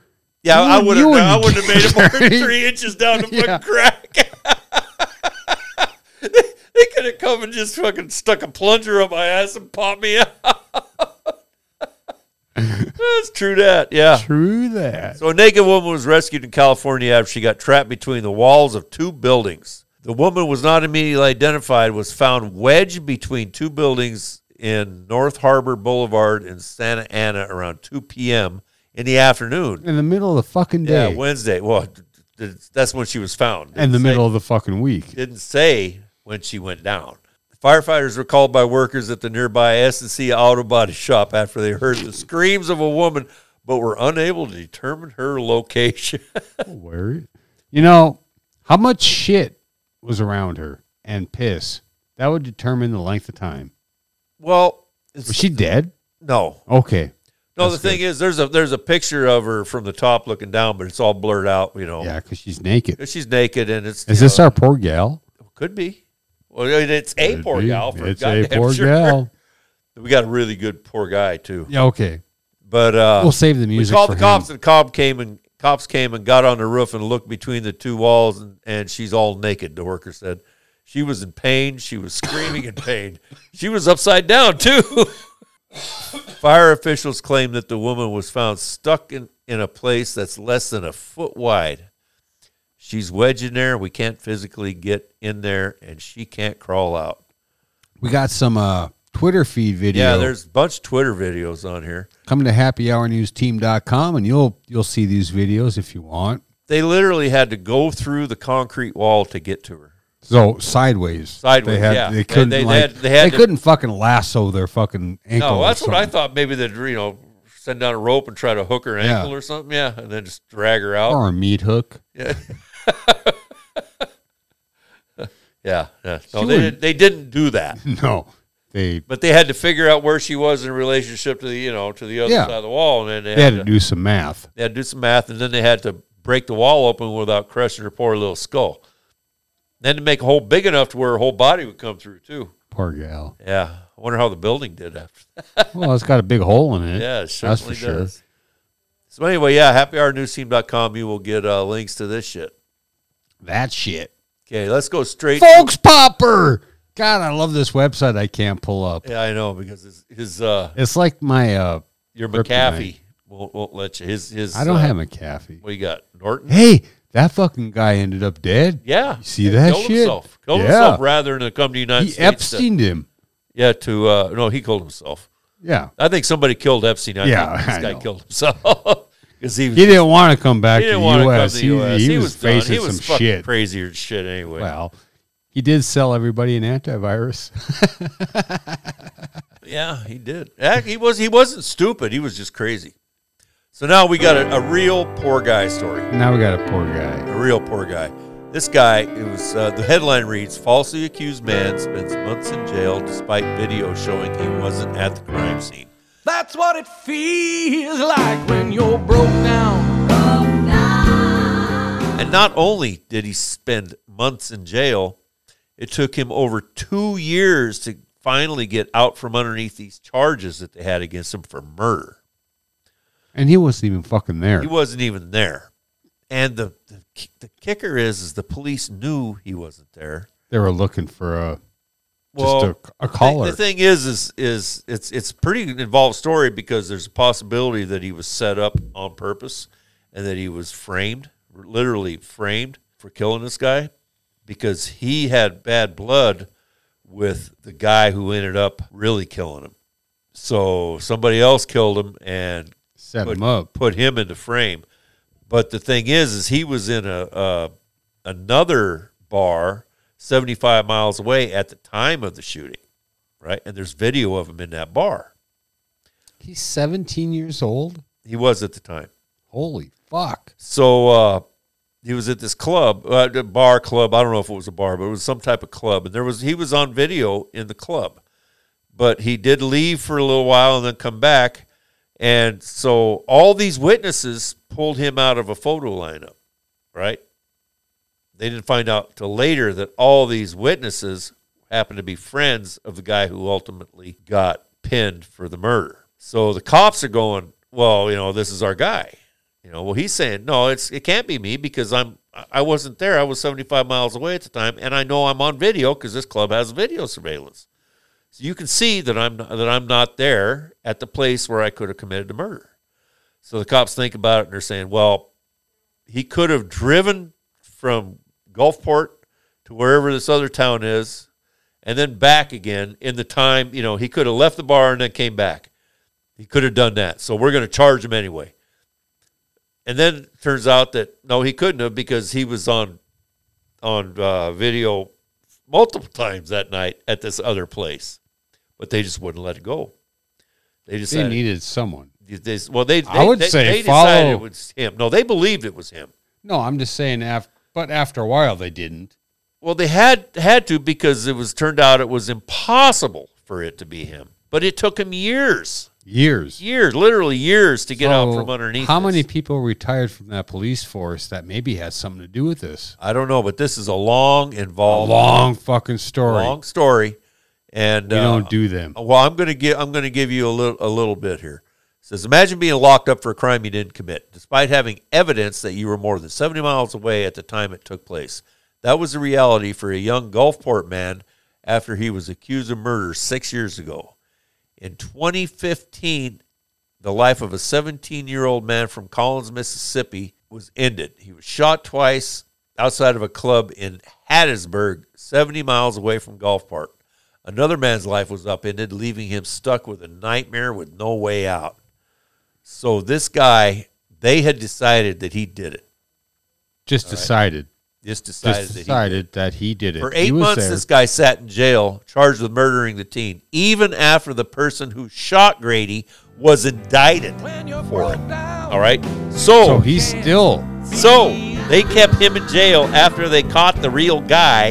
Speaker 2: yeah, I
Speaker 1: you-
Speaker 2: would
Speaker 1: you
Speaker 2: have.
Speaker 1: wouldn't
Speaker 2: I wouldn't have made it more than
Speaker 1: carry-
Speaker 2: three inches down the fucking
Speaker 1: Yeah.
Speaker 2: crack. they they could have come and just fucking stuck a plunger up my ass and popped me out. That's true. That yeah.
Speaker 1: true that.
Speaker 2: So a naked woman was rescued in California after she got trapped between the walls of two buildings. The woman was not immediately identified, was found wedged between two buildings in North Harbor Boulevard in Santa Ana around 2 p.m. in the afternoon.
Speaker 1: In the middle of the fucking
Speaker 2: Yeah,
Speaker 1: day,
Speaker 2: Wednesday. Well, th- th- that's when she was found.
Speaker 1: and the
Speaker 2: Didn't say-
Speaker 1: middle of the fucking week.
Speaker 2: didn't say when she went down. Firefighters were called by workers at the nearby S&C Auto Body Shop after they heard the screams of a woman but were unable to determine her location.
Speaker 1: Word. You know, how much shit was around her and piss? That would determine the length of time.
Speaker 2: well,
Speaker 1: Was
Speaker 2: it's,
Speaker 1: she dead?
Speaker 2: no,
Speaker 1: Okay.
Speaker 2: no.
Speaker 1: That's
Speaker 2: the thing is, there's a there's a picture of her from the top looking down, but it's all blurred out. You know,
Speaker 1: Yeah, because she's naked.
Speaker 2: she's naked, and it's
Speaker 1: Is
Speaker 2: you
Speaker 1: this
Speaker 2: know,
Speaker 1: our poor gal?
Speaker 2: could be. Well, it- it's a
Speaker 1: Could
Speaker 2: poor
Speaker 1: be.
Speaker 2: gal. For
Speaker 1: It's a
Speaker 2: goddamn
Speaker 1: poor
Speaker 2: sure.
Speaker 1: gal.
Speaker 2: We got a really good poor guy too,
Speaker 1: Yeah, okay.
Speaker 2: but uh,
Speaker 1: We'll save the
Speaker 2: we
Speaker 1: music.
Speaker 2: called
Speaker 1: for
Speaker 2: the cops,
Speaker 1: him.
Speaker 2: and cop came and cops came and got on the roof and looked between the two walls, and, and she's all naked. The worker said she was in pain. She was screaming in pain. She was upside down too. Fire officials claim that the woman was found stuck in, in a place that's less than a foot wide. She's wedged in there. We can't physically get in there, and she can't crawl out.
Speaker 1: We got some uh, Twitter feed video.
Speaker 2: Yeah, there's a bunch of Twitter videos on here.
Speaker 1: Come to happyhournewsteam.com and you'll you'll see these videos if you want.
Speaker 2: They literally had to go through the concrete wall to get to her.
Speaker 1: So sideways,
Speaker 2: Sideways,
Speaker 1: They, had,
Speaker 2: yeah.
Speaker 1: they
Speaker 2: They-
Speaker 1: couldn't
Speaker 2: they- they
Speaker 1: like,
Speaker 2: had- they had to-
Speaker 1: couldn't fucking lasso their fucking ankle.
Speaker 2: No,
Speaker 1: or
Speaker 2: that's what I
Speaker 1: something.
Speaker 2: thought. Maybe they'd you know send down a rope and try to hook her
Speaker 1: Yeah.
Speaker 2: ankle or something. Yeah, and then just drag her out.
Speaker 1: Or a meat hook.
Speaker 2: Yeah. yeah, yeah. No,
Speaker 1: She
Speaker 2: they
Speaker 1: would-
Speaker 2: didn't, they didn't do that,
Speaker 1: No, they
Speaker 2: but they had to figure out where she was in relationship to the you know to the other
Speaker 1: Yeah.
Speaker 2: side of the wall, and then they,
Speaker 1: they
Speaker 2: had, to,
Speaker 1: do some math.
Speaker 2: they had to do some math, and then they had to break the wall open without crushing her poor little skull. Then to make a hole big enough to where her whole body would come through too.
Speaker 1: Poor gal.
Speaker 2: Yeah, I wonder how the building did after.
Speaker 1: Well, it's got a big hole in it.
Speaker 2: Yeah, it
Speaker 1: Hmm. for
Speaker 2: certainly
Speaker 1: sure.
Speaker 2: does. So anyway, yeah, happyhournewsteam.com. You will get uh, links to this shit.
Speaker 1: That shit.
Speaker 2: Okay, let's go straight.
Speaker 1: Folks Popper. God, I love this website. I can't pull up.
Speaker 2: yeah, I know because his, his uh,
Speaker 1: It's like my. uh
Speaker 2: your
Speaker 1: Kryptonite.
Speaker 2: McAfee won't, won't let you. His his.
Speaker 1: I don't
Speaker 2: uh,
Speaker 1: have a caffeine.
Speaker 2: What you got, Norton?
Speaker 1: Hey, that fucking guy ended up dead.
Speaker 2: Yeah,
Speaker 1: You see
Speaker 2: he
Speaker 1: that
Speaker 2: killed
Speaker 1: shit?
Speaker 2: Himself. Killed
Speaker 1: Yeah.
Speaker 2: himself rather than come to the United
Speaker 1: he
Speaker 2: States. to-
Speaker 1: Epsteined him.
Speaker 2: yeah, to uh, no, he killed himself.
Speaker 1: Yeah,
Speaker 2: I think somebody killed Epstein. I
Speaker 1: Yeah,
Speaker 2: think this
Speaker 1: I
Speaker 2: guy
Speaker 1: know.
Speaker 2: killed himself because he was.
Speaker 1: he didn't want to come back
Speaker 2: he
Speaker 1: to
Speaker 2: didn't
Speaker 1: the
Speaker 2: want to come
Speaker 1: U.S.
Speaker 2: to the U.S.
Speaker 1: He,
Speaker 2: He,
Speaker 1: he was,
Speaker 2: was, done.
Speaker 1: facing
Speaker 2: He was
Speaker 1: some
Speaker 2: fucking
Speaker 1: shit.
Speaker 2: crazier than shit anyway.
Speaker 1: Well, he did sell everybody an antivirus.
Speaker 2: Yeah, he did. Ac- He was he wasn't stupid. He was just crazy. So now we got a, a real poor guy story.
Speaker 1: now we got a poor guy.
Speaker 2: A real poor guy. This guy. It was uh, the headline reads: falsely accused man spends months in jail despite video showing he wasn't at the crime scene.
Speaker 4: That's what it feels like when you're broke down.
Speaker 2: And not only did he spend months in jail, it took him over two years to finally get out from underneath these charges that they had against him for murder.
Speaker 1: And he wasn't even fucking there.
Speaker 2: He wasn't even there. And the, the ki- the kicker is is the police knew he wasn't there.
Speaker 1: They were looking for a
Speaker 2: Well,
Speaker 1: just a, a
Speaker 2: the thing-
Speaker 1: collar.
Speaker 2: The thing is is is it's it's a pretty involved story because there's a possibility that he was set up on purpose and that he was framed, literally framed for killing this guy because he had bad blood with the guy who ended up really killing him. So somebody else killed him and
Speaker 1: Set
Speaker 2: put,
Speaker 1: him up.
Speaker 2: put him into frame. But the thing is, is he was in a uh, another bar 75 miles away at the time of the shooting, right? And there's video of him in that bar.
Speaker 1: He's 17 years old.
Speaker 2: He was at the time.
Speaker 1: Holy fuck!
Speaker 2: So uh, he was at this club, uh, the bar club. I don't know if it was a bar, but it was some type of club. And there was he was on video in the club, but he did leave for a little while and then come back. And so all these witnesses pulled him out of a photo lineup, right? They didn't find out till later that all these witnesses happened to be friends of the guy who ultimately got pinned for the murder. So the cops are going, well, you know, this is our guy. You know, well, he's saying, no, it's it can't be me because I'm I wasn't there. I was 75 miles away at the time, and I know I'm on video because this club has video surveillance. So you can see that I'm that I'm not there at the place where I could have committed the murder. So the cops think about it and they're saying, well, he could have driven from Gulfport to wherever this other town is, and then back again in the time. You know, he could have left the bar and then came back. He could have done that. So we're going to charge him anyway. And then it turns out that no, he couldn't have because he was on on uh, video multiple times that night at this other place, but they just wouldn't let it go. They
Speaker 1: They
Speaker 2: decided
Speaker 1: needed someone.
Speaker 2: This, well, they, they
Speaker 1: I would
Speaker 2: they-
Speaker 1: say
Speaker 2: they decided
Speaker 1: follow-
Speaker 2: it was him. No, they believed it was him.
Speaker 1: No, I'm just saying. After, but after a while, they didn't.
Speaker 2: Well, they had had to because it was turned out it was impossible for it to be him. But it took him years,
Speaker 1: Years.
Speaker 2: years, literally years to get out
Speaker 1: So,
Speaker 2: from underneath.
Speaker 1: How many
Speaker 2: this.
Speaker 1: people retired from that police force that maybe had something to do with this?
Speaker 2: I don't know, but this is a long,
Speaker 1: A
Speaker 2: involved,
Speaker 1: long fucking story.
Speaker 2: long story, and
Speaker 1: we
Speaker 2: uh,
Speaker 1: don't do them.
Speaker 2: Well, I'm gonna give I'm gonna give you a little a little bit here. It says, imagine being locked up for a crime you didn't commit, despite having evidence that you were more than 70 miles away at the time it took place. That was the reality for a young Gulfport man after he was accused of murder six years ago. In 2015, the life of a 17 year old man from Collins, Mississippi was ended. He was shot twice outside of a club in Hattiesburg, 70 miles away from Gulfport. Another man's life was upended, leaving him stuck with a nightmare with no way out. So, this guy, they had decided that he did it.
Speaker 1: Just decided.
Speaker 2: Just decided,
Speaker 1: Just
Speaker 2: that he
Speaker 1: decided that he did it.
Speaker 2: For
Speaker 1: He
Speaker 2: eight
Speaker 1: was
Speaker 2: months,
Speaker 1: there.
Speaker 2: this guy sat in jail, charged with murdering the teen, even after the person who shot Grady was indicted.
Speaker 4: When you're
Speaker 2: For it.
Speaker 4: broke down.
Speaker 2: All right? Oh,
Speaker 1: So he's still.
Speaker 2: So they kept him in jail after they caught the real guy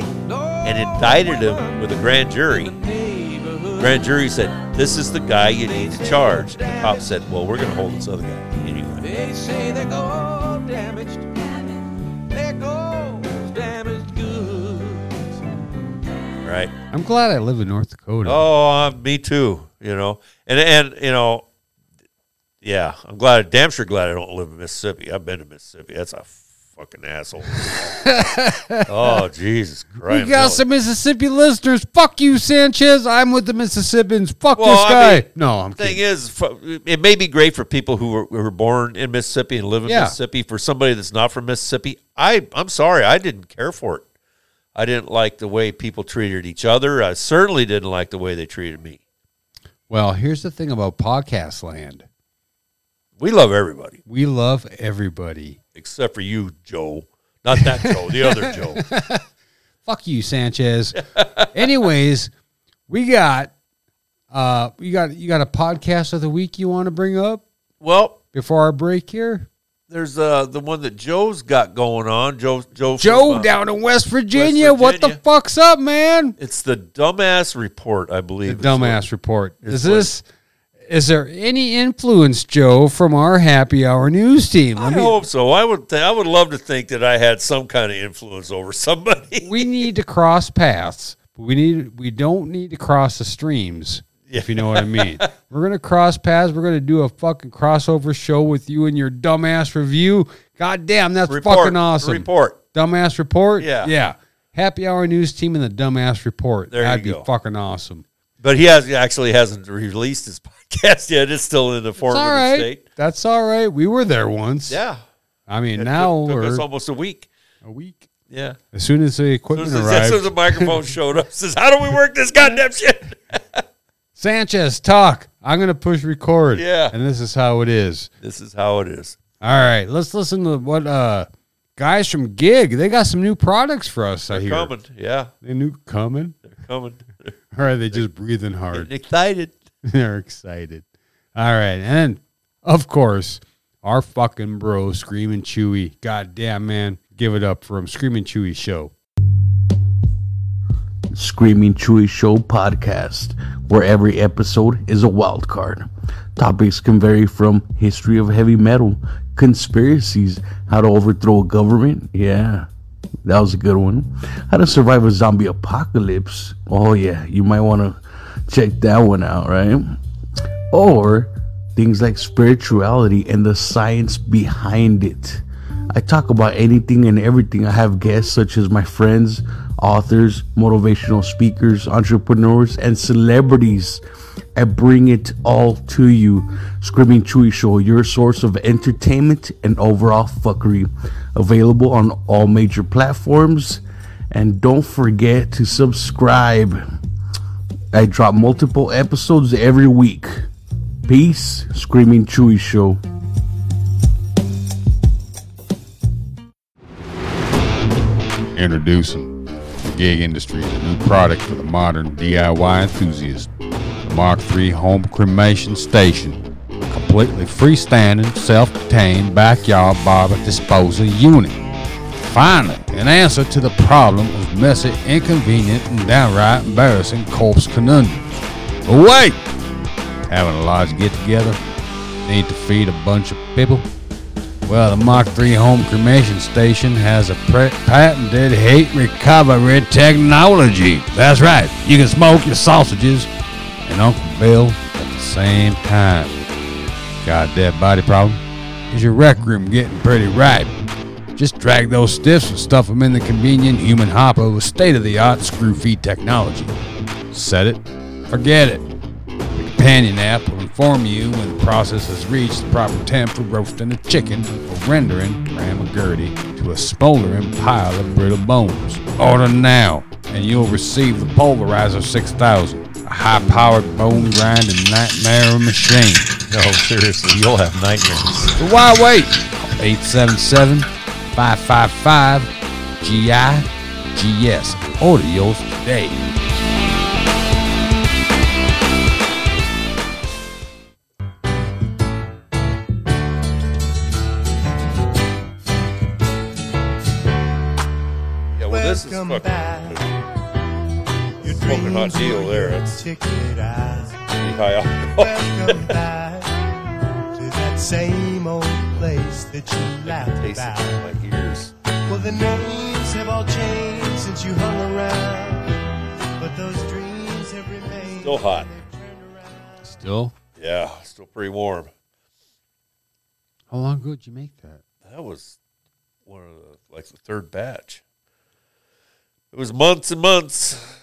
Speaker 2: and indicted him with a grand jury. Grand jury said, This is the guy you need to charge. And the cop said, Well, we're going to hold this other guy anyway.
Speaker 4: They say they go damaged. They go damaged goods.
Speaker 2: Right.
Speaker 1: I'm glad I live in North Dakota.
Speaker 2: Oh, uh, me too. You know, and, and, you know, yeah, I'm glad, damn sure glad I don't live in Mississippi. I've been to Mississippi. That's a fucking asshole. oh, Jesus
Speaker 1: we
Speaker 2: Christ.
Speaker 1: got some Mississippi listeners. Fuck you, Sanchez. I'm with the Mississippians. Fuck
Speaker 2: Well,
Speaker 1: this
Speaker 2: I
Speaker 1: guy.
Speaker 2: mean,
Speaker 1: no, I'm
Speaker 2: thing
Speaker 1: kidding.
Speaker 2: is, fu- it may be great for people who were, who were born in Mississippi and live in
Speaker 1: Yeah.
Speaker 2: Mississippi. For somebody that's not from Mississippi, I I'm sorry, I didn't care for it. I didn't like the way people treated each other. I certainly didn't like the way they treated me.
Speaker 1: well, here's the thing about podcast land.
Speaker 2: We love everybody
Speaker 1: We love everybody.
Speaker 2: except for you, Joe. Not that Joe, the other Joe.
Speaker 1: Fuck you, Sanchez. Anyways, we got uh you got you got a podcast of the week you want to bring up
Speaker 2: Well,
Speaker 1: before our break here?
Speaker 2: there's uh the one that Joe's got going on. Joe Joe from,
Speaker 1: Joe
Speaker 2: uh,
Speaker 1: down in West Virginia, what the
Speaker 2: Virginia.
Speaker 1: fuck's up, man?
Speaker 2: It's the dumbass report, I believe.
Speaker 1: The
Speaker 2: is what-
Speaker 1: dumbass report. Is
Speaker 2: what-
Speaker 1: this is there any influence, Joe, from our happy hour news team?
Speaker 2: I
Speaker 1: Let me-
Speaker 2: hope so. I would. Th- I would love to think that I had some kind of influence over somebody.
Speaker 1: we need to cross paths. But we need we don't need to cross the streams. If you know what I mean. We're gonna cross paths. We're gonna do a fucking crossover show with you and your dumbass review. God damn, that's
Speaker 2: report,
Speaker 1: fucking awesome.
Speaker 2: Report.
Speaker 1: Dumbass report.
Speaker 2: Yeah.
Speaker 1: Yeah. Happy hour news team and the dumbass report.
Speaker 2: There you
Speaker 1: That'd be
Speaker 2: go.
Speaker 1: fucking awesome.
Speaker 2: But he has actually hasn't released his podcast yet. It's still in the
Speaker 1: It's
Speaker 2: form
Speaker 1: all
Speaker 2: of
Speaker 1: right.
Speaker 2: the state.
Speaker 1: That's all right. We were there once.
Speaker 2: Yeah.
Speaker 1: I mean,
Speaker 2: It
Speaker 1: now
Speaker 2: took, took us
Speaker 1: we're
Speaker 2: almost a week.
Speaker 1: a week.
Speaker 2: Yeah.
Speaker 1: As soon as the
Speaker 2: As
Speaker 1: equipment
Speaker 2: soon as, as
Speaker 1: arrived,
Speaker 2: soon as the microphone showed up, says, "How do we work this goddamn shit?"
Speaker 1: Sanchez, talk. I'm gonna push record.
Speaker 2: Yeah.
Speaker 1: And this is how it is.
Speaker 2: This is how it is.
Speaker 1: All right, let's listen to what uh guys from Gig. They got some new products for us. I
Speaker 2: They're
Speaker 1: hear
Speaker 2: coming. Yeah,
Speaker 1: They new coming.
Speaker 2: they're coming. They're
Speaker 1: All right, they just breathing hard.
Speaker 2: excited.
Speaker 1: They're excited. All right, and of course, our fucking bro, Screaming Chewy. God damn man, give it up for him. Screaming Chewy show.
Speaker 5: Screaming Chewy Show podcast, where every episode is a wild card. Topics can vary from history of heavy metal, conspiracies, how to overthrow a government, yeah, that was a good one. How to survive a zombie apocalypse, oh yeah, you might want to check that one out, right? or things like spirituality and the science behind it. I talk about anything and everything. I have guests such as my friends, authors, motivational speakers, entrepreneurs, and celebrities. I bring it all to you. Screaming Chewy Show, your source of entertainment and overall fuckery. Available on all major platforms. And don't forget to subscribe. I drop multiple episodes every week. Peace, Screaming Chewy Show.
Speaker 1: Introducing the Gig Industries, a new product for the modern DIY enthusiast. The Mark III Home Cremation Station. completely freestanding, self-contained backyard barber disposal unit. Finally, an answer to the problem of messy, inconvenient, and downright embarrassing corpse conundrum. But wait! Having a large get-together? Need to feed a bunch of people? Well, the Mach 3 home cremation station has a pre- patented heat recovery technology. That's right. You can smoke your sausages and Uncle Bill at the same time. Got that body problem? Is your rec room getting pretty ripe? Just drag those stiffs and stuff them in the convenient human hopper with state-of-the-art screw feed technology. Set it, forget it. The companion app will inform you when the process has reached the proper temp for roasting a chicken or rendering Ramagurdy to a smoldering pile of brittle bones. Order now, and you'll receive the Pulverizer 6000, a high-powered bone grinding nightmare machine.
Speaker 2: No, seriously, you'll have nightmares.
Speaker 1: So why wait? 877 555 GIGS. Order yours today.
Speaker 2: Yeah, well, this is
Speaker 6: Welcome
Speaker 2: fucking
Speaker 6: back. Your
Speaker 2: smoking hot
Speaker 6: dreams
Speaker 2: deal
Speaker 6: were
Speaker 2: there.
Speaker 6: your
Speaker 2: It's
Speaker 6: ticket eyes.
Speaker 2: pretty high alcohol.
Speaker 6: Welcome back to that same old place that you laughed
Speaker 2: Tastes
Speaker 6: about.
Speaker 2: like ears.
Speaker 6: Well, the names have all changed since you hung around, but those dreams have remained.
Speaker 2: Still hot.
Speaker 1: Still?
Speaker 2: Yeah, still pretty warm.
Speaker 1: How long ago did you make that?
Speaker 2: That was one of the, like the third batch. It was months and months.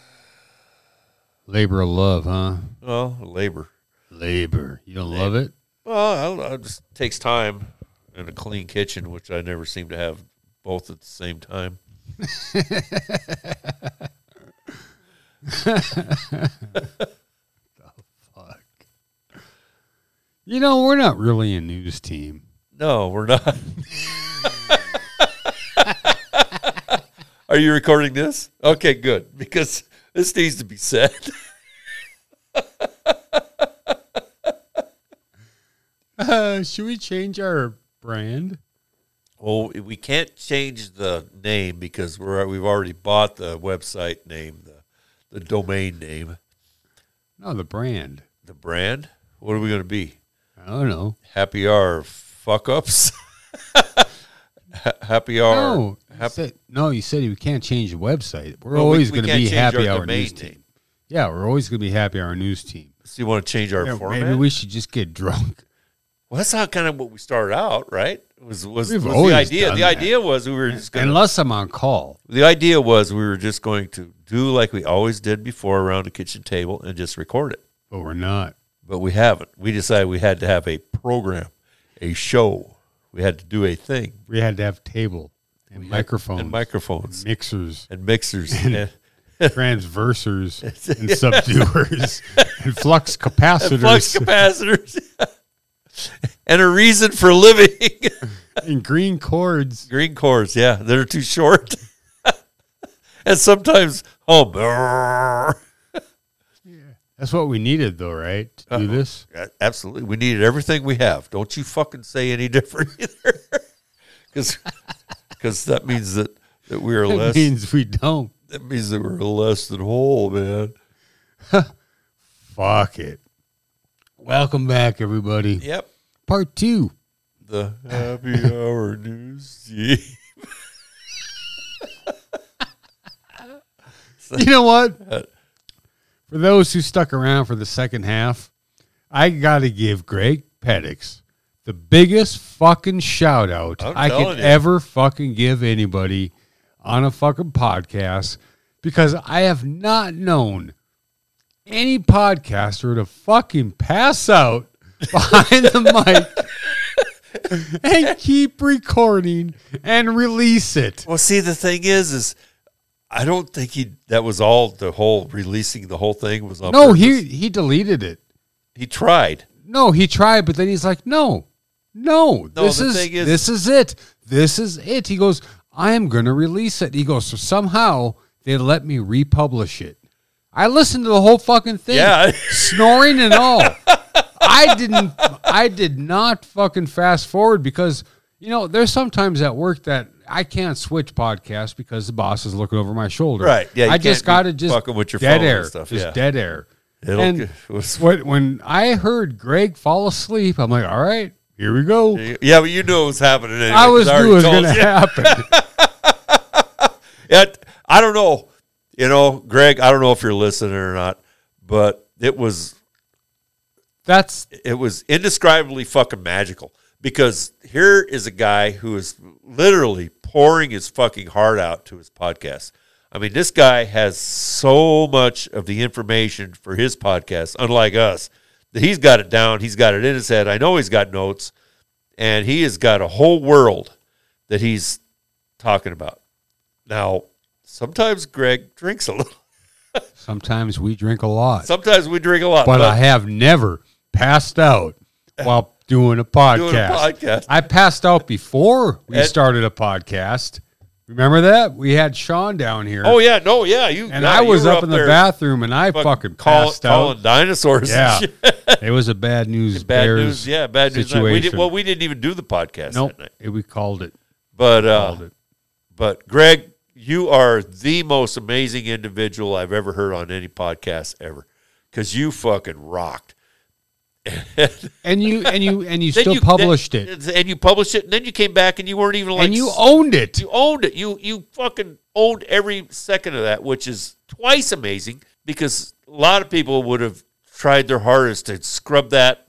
Speaker 1: Labor of love, huh?
Speaker 2: Oh, labor.
Speaker 1: Labor. You don't love it?
Speaker 2: Well, I don't know. It just takes time and a clean kitchen, which I never seem to have both at the same time.
Speaker 1: Fuck. You know, we're not really a news team.
Speaker 2: No, we're not. Are you recording this? Okay, good. Because this needs to be said.
Speaker 1: Uh, should we change our brand?
Speaker 2: Well, we can't change the name because we're we've already bought the website name, the the domain name,
Speaker 1: No, the brand.
Speaker 2: the brand. What are we going to be?
Speaker 1: I don't know.
Speaker 2: Happy hour fuck ups. Ha- happy hour.
Speaker 1: No, you
Speaker 2: hap-
Speaker 1: said, no, you said you can't change the website. We're
Speaker 2: Well, we-
Speaker 1: always
Speaker 2: we
Speaker 1: going to
Speaker 2: can't
Speaker 1: be
Speaker 2: change
Speaker 1: happy
Speaker 2: our
Speaker 1: hour
Speaker 2: domain
Speaker 1: news
Speaker 2: name.
Speaker 1: team. Yeah, we're always going to be happy hour news team.
Speaker 2: So you want to change our
Speaker 1: Yeah,
Speaker 2: format?
Speaker 1: maybe we should just get drunk.
Speaker 2: well, that's not kind of what we started out, right? Was was,
Speaker 1: We've
Speaker 2: was
Speaker 1: always
Speaker 2: the idea?
Speaker 1: done
Speaker 2: The
Speaker 1: that.
Speaker 2: idea was we were just going to
Speaker 1: Unless I'm on call.
Speaker 2: The idea was we were just going to do like we always did before around the kitchen table and just record it.
Speaker 1: But we're not.
Speaker 2: But we haven't. We decided we had to have a program, a show. We had to do a thing.
Speaker 1: We had to have table and microphones
Speaker 2: And microphones
Speaker 1: mixers,
Speaker 2: and mixers. and
Speaker 1: transversers, and subduers, and flux capacitors,
Speaker 2: flux capacitors. and a reason for living.
Speaker 1: and green cords.
Speaker 2: Green cores, yeah. They're too short. and sometimes oh, home.
Speaker 1: That's what we needed, though, right? To do this.
Speaker 2: Absolutely. We needed everything we have. Don't you fucking say any different either. Because that means that, that we are
Speaker 1: That
Speaker 2: less
Speaker 1: means we don't.
Speaker 2: that means that we're less than whole, man.
Speaker 1: Fuck it. Welcome back, everybody.
Speaker 2: Yep.
Speaker 1: Part two.
Speaker 2: The happy hour news. Yeah.
Speaker 1: You know
Speaker 2: Uh,
Speaker 1: what? For those who stuck around for the second half, I got to give Greg Pettix the biggest fucking shout out
Speaker 2: I'm
Speaker 1: I
Speaker 2: telling
Speaker 1: could
Speaker 2: you.
Speaker 1: ever fucking give anybody on a fucking podcast because I have not known any podcaster to fucking pass out behind the mic and keep recording and release it.
Speaker 2: Well, see, the thing is, is I don't think he. That was all. The whole releasing the whole thing was on.
Speaker 1: No,
Speaker 2: purpose.
Speaker 1: he he deleted it.
Speaker 2: he tried.
Speaker 1: No, he tried, but then he's like, no, no,
Speaker 2: No,
Speaker 1: this
Speaker 2: the
Speaker 1: is,
Speaker 2: thing is-
Speaker 1: this is it. This is it. He goes, I am gonna release it. He goes, so somehow they let me republish it. I listened to the whole fucking thing.
Speaker 2: Yeah.
Speaker 1: Snoring and all. I didn't. I did not fucking fast forward because you know there's sometimes at work that I can't switch podcasts because the boss is looking over my shoulder.
Speaker 2: Right. Yeah, you
Speaker 1: I just
Speaker 2: can't
Speaker 1: got
Speaker 2: be
Speaker 1: to just
Speaker 2: fucking with your
Speaker 1: dead
Speaker 2: phone and
Speaker 1: air.
Speaker 2: stuff,
Speaker 1: Just
Speaker 2: yeah.
Speaker 1: dead air.
Speaker 2: It'll-
Speaker 1: and
Speaker 2: was-
Speaker 1: when, when I heard Greg fall asleep, I'm like, all right, here we go.
Speaker 2: Yeah, but you knew it was happening. Anyway,
Speaker 1: I was
Speaker 2: 'cause already
Speaker 1: knew it was
Speaker 2: told
Speaker 1: going to
Speaker 2: you.
Speaker 1: happen.
Speaker 2: It, I don't know. You know, Greg, I don't know if you're listening or not, but it was
Speaker 1: That's
Speaker 2: it was indescribably fucking magical because here is a guy who is literally pouring his fucking heart out to his podcast. I mean, this guy has so much of the information for his podcast, unlike us, that he's got it down. He's got it in his head. I know he's got notes, and he has got a whole world that he's talking about. Now, sometimes Greg drinks a little.
Speaker 1: sometimes we drink a lot,
Speaker 2: Sometimes we drink a lot.
Speaker 1: but I have never passed out while doing a podcast.
Speaker 2: doing a podcast.
Speaker 1: I passed out before we
Speaker 2: Ed-
Speaker 1: started a podcast. Remember that we had Sean down here.
Speaker 2: Oh yeah, no, yeah, you
Speaker 1: and
Speaker 2: yeah,
Speaker 1: I
Speaker 2: you
Speaker 1: was
Speaker 2: were
Speaker 1: up, in the
Speaker 2: there.
Speaker 1: bathroom and I fucking,
Speaker 2: call,
Speaker 1: passed
Speaker 2: calling
Speaker 1: out.
Speaker 2: dinosaurs. and
Speaker 1: Yeah,
Speaker 2: shit.
Speaker 1: it was a bad news.
Speaker 2: bad
Speaker 1: bears
Speaker 2: news. Yeah, bad news. Night. We did,
Speaker 1: Situation.
Speaker 2: well, we didn't even do the podcast
Speaker 1: nope.
Speaker 2: that night.
Speaker 1: It, we called it.
Speaker 2: But uh,
Speaker 1: Called it.
Speaker 2: but Greg, you are the most amazing individual I've ever heard on any podcast ever, because you fucking rocked.
Speaker 1: And you and you and you
Speaker 2: Then
Speaker 1: still
Speaker 2: you-
Speaker 1: published
Speaker 2: then-
Speaker 1: it,
Speaker 2: and you published it, and then you came back and you weren't even like
Speaker 1: and you
Speaker 2: s-
Speaker 1: owned it.
Speaker 2: you owned it. You you fucking owned every second of that, which is twice amazing because a lot of people would have tried their hardest to scrub that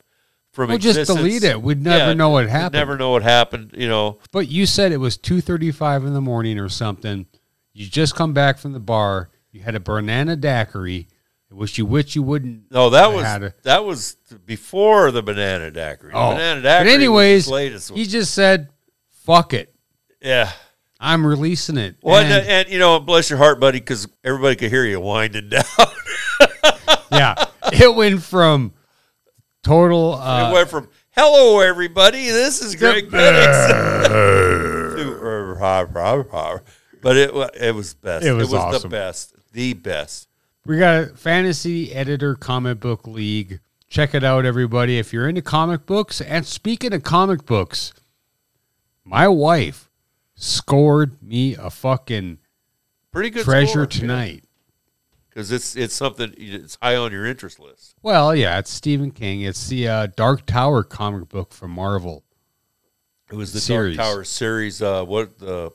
Speaker 2: from
Speaker 1: Well, just
Speaker 2: existence.
Speaker 1: delete it. We'd never know what
Speaker 2: we'd
Speaker 1: happened.
Speaker 2: Never know what happened. You know,
Speaker 1: But you said it was two thirty-five in the morning or something. You just come back from the bar. You had a banana daiquiri, which you wish you wouldn't.
Speaker 2: no, that
Speaker 1: I
Speaker 2: was
Speaker 1: had a-
Speaker 2: that was before the banana daiquiri.
Speaker 1: Oh.
Speaker 2: banana daiquiri.
Speaker 1: but anyways,
Speaker 2: was the latest one.
Speaker 1: he just said, "Fuck it,
Speaker 2: yeah.
Speaker 1: I'm releasing it."
Speaker 2: Well, and,
Speaker 1: And-
Speaker 2: and, you know, bless your heart, buddy, because everybody could hear you winding down.
Speaker 1: yeah, it went from total.
Speaker 2: it
Speaker 1: Uh,
Speaker 2: went from "Hello, everybody, this is Greg Bennett." to, uh, rah, rah, rah. but it wa- it was best.
Speaker 1: It was
Speaker 2: the
Speaker 1: awesome.
Speaker 2: best, the best.
Speaker 1: we got a fantasy editor comic book league. Check it out, everybody, if you're into comic books. And speaking of comic books, my wife scored me a fucking
Speaker 2: Pretty good
Speaker 1: treasure tonight.
Speaker 2: because it's it's something it's high on your interest list.
Speaker 1: Well, yeah, it's Stephen King. It's the uh, Dark Tower comic book from Marvel.
Speaker 2: It was the
Speaker 1: Series.
Speaker 2: Dark Tower series. Uh, what the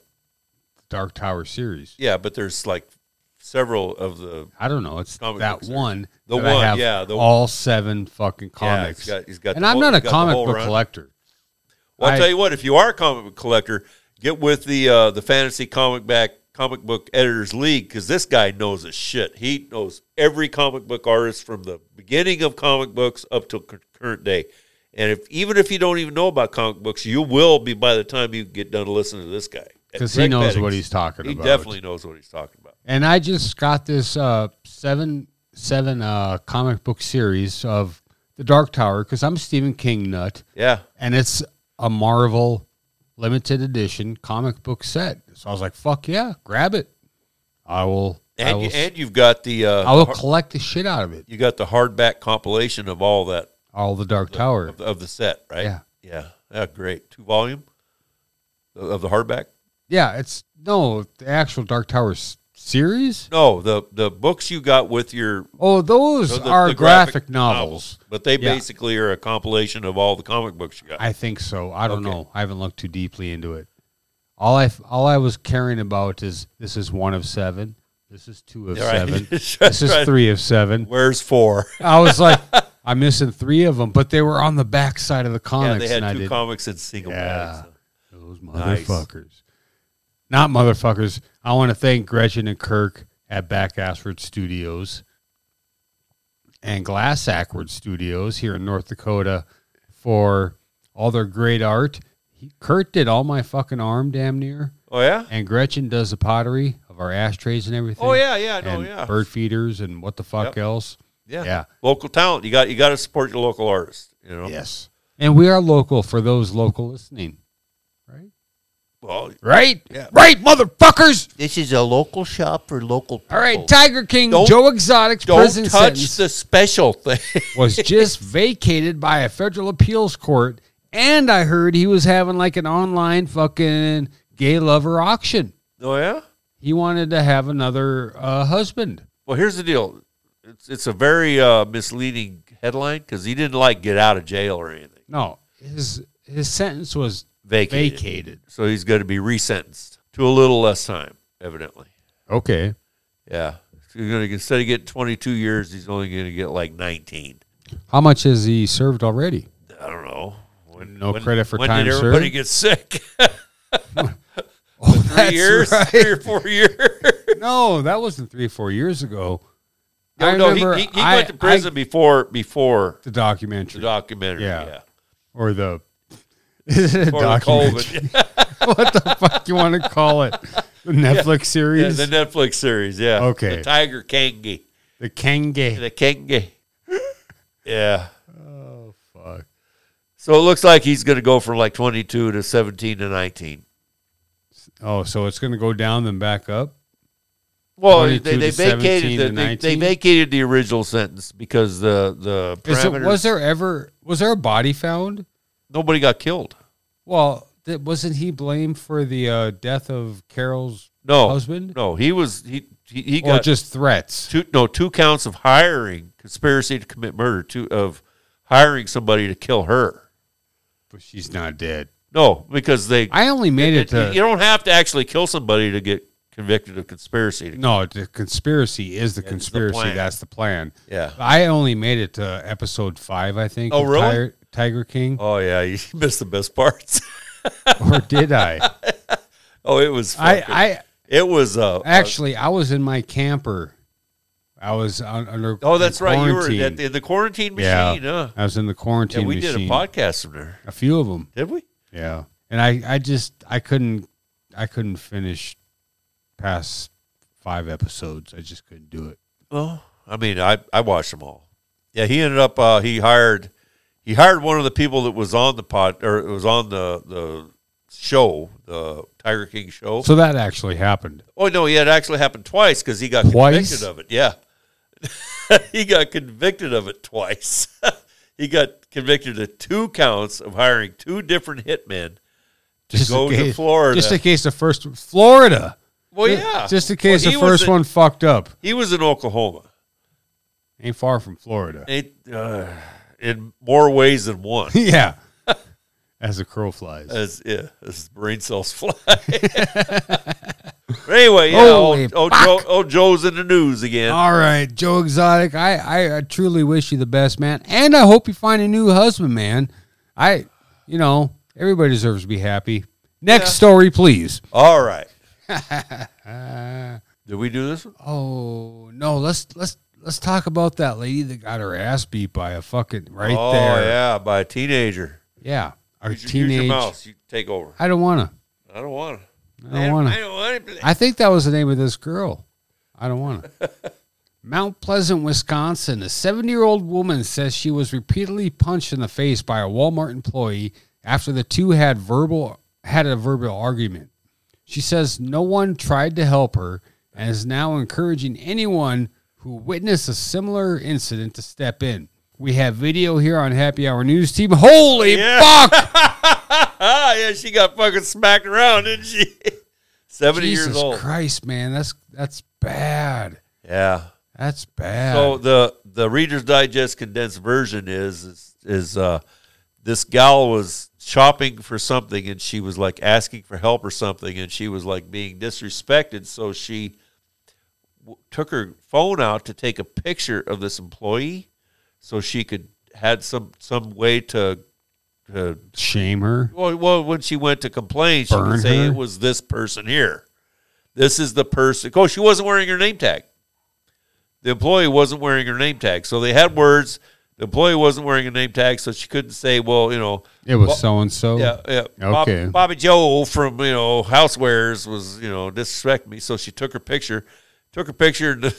Speaker 1: Dark Tower series.
Speaker 2: yeah, but there's like several of the
Speaker 1: I don't know. It's
Speaker 2: Comic
Speaker 1: that
Speaker 2: book series.
Speaker 1: one.
Speaker 2: The
Speaker 1: that I
Speaker 2: one,
Speaker 1: have
Speaker 2: yeah, the-
Speaker 1: all seven fucking comics.
Speaker 2: got- he's got
Speaker 1: and
Speaker 2: the
Speaker 1: I'm
Speaker 2: whole-
Speaker 1: not
Speaker 2: he's
Speaker 1: a
Speaker 2: got the
Speaker 1: comic
Speaker 2: whole
Speaker 1: book
Speaker 2: run.
Speaker 1: collector.
Speaker 2: Well, I'll
Speaker 1: I-
Speaker 2: tell you what, if you are a comic book collector, get with the uh, the fantasy comic back comic book editors league because this guy knows his shit. He knows every comic book artist from the beginning of comic books up to cur- current day. And if even if you don't even know about comic books, you will be by the time you get done listening to this guy
Speaker 1: 'Cause he
Speaker 2: Greg
Speaker 1: knows
Speaker 2: Beddings,
Speaker 1: what he's talking
Speaker 2: he
Speaker 1: about.
Speaker 2: definitely knows what he's talking about.
Speaker 1: And I just got this uh, seven seven uh, comic book series of the Dark Tower because I'm a Stephen King nut,
Speaker 2: Yeah,
Speaker 1: and it's a Marvel limited edition comic book set. So I was like, "Fuck yeah, grab it! I will." I
Speaker 2: and
Speaker 1: will,
Speaker 2: you, and you've got the uh,
Speaker 1: I will collect the shit out of it.
Speaker 2: you got the hardback compilation of all that
Speaker 1: All the Dark Tower.
Speaker 2: of, of the set, right?
Speaker 1: Yeah.
Speaker 2: yeah, yeah. Great, two volume of of the hardback.
Speaker 1: Yeah, it's no the actual Dark Tower s- series.
Speaker 2: No, the the books you got with your
Speaker 1: Oh, those
Speaker 2: the-
Speaker 1: are
Speaker 2: the
Speaker 1: graphic, novels.
Speaker 2: but they
Speaker 1: Yeah.
Speaker 2: basically are a compilation of all the comic books you got.
Speaker 1: I think so. I don't
Speaker 2: Okay.
Speaker 1: know. I haven't looked too deeply into it. All I f- all I was caring about is this is one of seven. This is two of
Speaker 2: All right.
Speaker 1: seven.
Speaker 2: That's
Speaker 1: this is
Speaker 2: right.
Speaker 1: three of seven.
Speaker 2: Where's four?
Speaker 1: I was like, I'm missing three of them, but they were on the back side of the comics,
Speaker 2: yeah, they
Speaker 1: and I
Speaker 2: had two
Speaker 1: did
Speaker 2: comics and single.
Speaker 1: Yeah.
Speaker 2: pages.
Speaker 1: those
Speaker 2: Nice.
Speaker 1: motherfuckers. Not motherfuckers. I want to thank Gretchen and Kirk at Back Ashford Studios and Glass Ackward Studios here in North Dakota for all their great art. He, Kurt did all my fucking arm damn near,
Speaker 2: Oh yeah.
Speaker 1: and Gretchen does the pottery of our ashtrays and everything.
Speaker 2: Oh yeah, yeah, no,
Speaker 1: and
Speaker 2: yeah,
Speaker 1: bird feeders and what the fuck
Speaker 2: Yep.
Speaker 1: else.
Speaker 2: yeah,
Speaker 1: yeah.
Speaker 2: Local talent. You got you got to support your local artists. You know.
Speaker 1: Yes. And we are local for those local listening, right?
Speaker 2: Well,
Speaker 1: Right?
Speaker 2: Yeah.
Speaker 1: Right, motherfuckers.
Speaker 7: This is a local shop for local people.
Speaker 1: All right, Tiger King,
Speaker 2: Don't-
Speaker 1: Joe Exotic's
Speaker 2: don't
Speaker 1: prison
Speaker 2: touch
Speaker 1: sentence
Speaker 2: the special thing.
Speaker 1: was just vacated by a federal appeals court, and I heard he was having like an online fucking gay lover auction.
Speaker 2: oh yeah.
Speaker 1: He wanted to have another uh, husband.
Speaker 2: Well, here's the deal. It's it's a very uh, misleading headline because he didn't like get out of jail or anything.
Speaker 1: No, his his sentence was
Speaker 2: Vacated.
Speaker 1: vacated.
Speaker 2: So he's going to be resentenced to a little less time, evidently.
Speaker 1: Okay.
Speaker 2: Yeah. So you're going to instead of getting 22 years, he's only going to get like 19.
Speaker 1: How much has he served already?
Speaker 2: I don't know. When,
Speaker 1: No credit for
Speaker 2: when
Speaker 1: time
Speaker 2: did
Speaker 1: served?
Speaker 2: everybody get sick? Three
Speaker 1: That's
Speaker 2: years,
Speaker 1: right.
Speaker 2: three or four years.
Speaker 1: No, that wasn't three, four years ago.
Speaker 2: No,
Speaker 1: I
Speaker 2: Oh, no, he,
Speaker 1: remember
Speaker 2: he, he
Speaker 1: I-
Speaker 2: went to prison before before
Speaker 1: I- the
Speaker 2: the
Speaker 1: documentary
Speaker 2: documentary.
Speaker 1: Yeah.
Speaker 2: Yeah,
Speaker 1: or the is it a
Speaker 2: before the
Speaker 1: documentary?
Speaker 2: COVID.
Speaker 1: what the fuck you want to call it? The Netflix
Speaker 2: Yeah,
Speaker 1: series,
Speaker 2: the Netflix series. Yeah,
Speaker 1: Okay.
Speaker 2: the Tiger Kangi,
Speaker 1: the Kenge.
Speaker 2: the Kangi. yeah.
Speaker 1: Fuck.
Speaker 2: So it looks like he's going to go from like 22 to 17 to 19.
Speaker 1: Oh, so it's gonna go down then back up.
Speaker 2: Well, they,
Speaker 1: 22
Speaker 2: they
Speaker 1: to 17
Speaker 2: vacated
Speaker 1: to
Speaker 2: the they, they
Speaker 1: 19?
Speaker 2: vacated the original sentence because the the
Speaker 1: Is it,
Speaker 2: parameters,
Speaker 1: was there ever was there a body found?
Speaker 2: nobody got killed.
Speaker 1: Well, that wasn't he blamed for the uh, death of Carol's
Speaker 2: No
Speaker 1: husband,
Speaker 2: No, he was he he, he
Speaker 1: or
Speaker 2: got
Speaker 1: just threats?
Speaker 2: two no two counts of hiring conspiracy to commit murder two of hiring somebody to kill her.
Speaker 1: But she's not dead.
Speaker 2: No, because they
Speaker 1: I only made it,
Speaker 2: it-
Speaker 1: to
Speaker 2: you don't have to actually kill somebody to get convicted of conspiracy. To,
Speaker 1: no. The conspiracy is the
Speaker 2: It's the
Speaker 1: conspiracy.
Speaker 2: plan.
Speaker 1: That's the plan.
Speaker 2: Yeah.
Speaker 1: I only made it to episode five, I think.
Speaker 2: Oh,
Speaker 1: of
Speaker 2: really?
Speaker 1: Tiger, Tiger King,
Speaker 2: Oh yeah, you missed the best parts.
Speaker 1: or did I?
Speaker 2: oh, it was
Speaker 1: I,
Speaker 2: fucking-
Speaker 1: I
Speaker 2: it was uh,
Speaker 1: actually, I was under my camper. I was on, under.
Speaker 2: Oh, that's
Speaker 1: in
Speaker 2: right. You were
Speaker 1: quarantine.
Speaker 2: at the, the quarantine
Speaker 1: Yeah.
Speaker 2: machine. huh?
Speaker 1: I was in the
Speaker 2: Yeah,
Speaker 1: quarantine.
Speaker 2: we
Speaker 1: machine.
Speaker 2: did a podcast from there,
Speaker 1: A few of them.
Speaker 2: did we?
Speaker 1: Yeah, and I, I just, I couldn't, I couldn't finish past five episodes. I just couldn't do it.
Speaker 2: Well, I mean, I, I watched them all. Yeah, he ended up uh, he hired he hired one of the people that was on the pod or it was on the the show, the Tiger King show.
Speaker 1: So that actually happened.
Speaker 2: oh no, yeah, it actually happened twice because he got
Speaker 1: Twice?
Speaker 2: convicted of it. Yeah, he got convicted of it twice. he got convicted of two counts of hiring two different hitmen.
Speaker 1: Just
Speaker 2: go to Florida.
Speaker 1: Just in case the first Florida.
Speaker 2: Well,
Speaker 1: Ju-
Speaker 2: yeah,
Speaker 1: Just in case
Speaker 2: Well, he
Speaker 1: the
Speaker 2: was
Speaker 1: first
Speaker 2: in-
Speaker 1: one fucked up.
Speaker 2: He was in Oklahoma.
Speaker 1: Ain't far from Florida.
Speaker 2: It, uh, in more ways than one.
Speaker 1: yeah. As a crow flies.
Speaker 2: As yeah, as brain cells fly. But anyway, yeah,
Speaker 1: Holy Oh.
Speaker 2: old, old, Joe, old Joe's in the news again.
Speaker 1: All right, Joe Exotic. I, I I truly wish you the best, man. And I hope you find a new husband, man. I you know, everybody deserves to be happy. Next story, please.
Speaker 2: All right. Did we do this one?
Speaker 1: Oh no, let's let's let's talk about that lady that got her ass beat by a fucking right
Speaker 2: oh
Speaker 1: there.
Speaker 2: yeah, by a teenager.
Speaker 1: Yeah. Our
Speaker 2: Use your, use your
Speaker 1: teenage
Speaker 2: mouse. You take over.
Speaker 1: I don't wanna.
Speaker 2: I don't want to.
Speaker 1: I don't wanna.
Speaker 2: I don't want to.
Speaker 1: I think that was the name of this girl. I don't want to. Mount Pleasant, Wisconsin. A 70 year old woman says she was repeatedly punched in the face by a Walmart employee after the two had verbal had a verbal argument. She says no one tried to help her and is now encouraging anyone who witnessed a similar incident to step in. We have video here on Happy Hour News Team. Holy fuck!
Speaker 2: Ah, yeah, she got fucking smacked around, didn't she? Seventy years
Speaker 1: Jesus
Speaker 2: old.
Speaker 1: Christ, man, that's that's bad.
Speaker 2: Yeah.
Speaker 1: That's bad.
Speaker 2: So the the Reader's Digest condensed version is is, is uh, this gal was shopping for something and she was like asking for help or something and she was like being disrespected, so she w- took her phone out to take a picture of this employee so she could had some some way to. to
Speaker 1: shame her.
Speaker 2: well, well, when she went to complain, she
Speaker 1: Burn
Speaker 2: could say
Speaker 1: her?
Speaker 2: it was this person here. This is the person. Oh, she wasn't wearing her name tag. The employee wasn't wearing her name tag. So they had words. The employee wasn't wearing a name tag, so she couldn't say, well, you know,
Speaker 1: It was
Speaker 2: Well,
Speaker 1: so and so.
Speaker 2: yeah, yeah. Bob-
Speaker 1: Oh. Okay.
Speaker 2: Bobby Joe from, you know, Housewares was, you know, disrespect me. So she took her picture, took her picture, and the,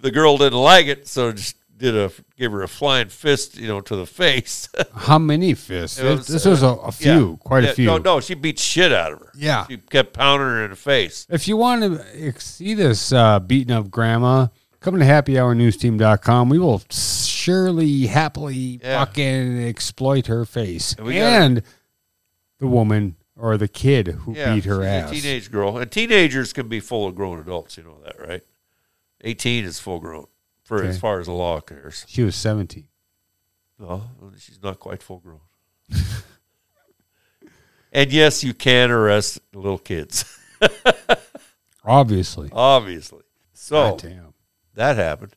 Speaker 2: the girl didn't like it. So just did a gave her a flying fist, you know, to the face.
Speaker 1: How many fists?
Speaker 2: It was,
Speaker 1: this was a, a few,
Speaker 2: Yeah.
Speaker 1: quite
Speaker 2: Yeah,
Speaker 1: a few.
Speaker 2: No, no, she beat shit out of her.
Speaker 1: Yeah.
Speaker 2: she kept pounding her in the face.
Speaker 1: If you want to ex- see this uh, beating up grandma, come to happyhournewsteam.com. We will surely, happily
Speaker 2: Yeah.
Speaker 1: fucking exploit her face
Speaker 2: And we gotta-
Speaker 1: and the woman or the kid who
Speaker 2: Yeah,
Speaker 1: beat her
Speaker 2: she's
Speaker 1: ass.
Speaker 2: A teenage girl, and teenagers can be full of grown adults. You know that, right? Eighteen is full grown for as
Speaker 1: Okay.
Speaker 2: far as the law cares.
Speaker 1: She was 17.
Speaker 2: No, she's not quite full grown. and yes, you can arrest little kids,
Speaker 1: Obviously.
Speaker 2: obviously. So
Speaker 1: Goddamn.
Speaker 2: that happened.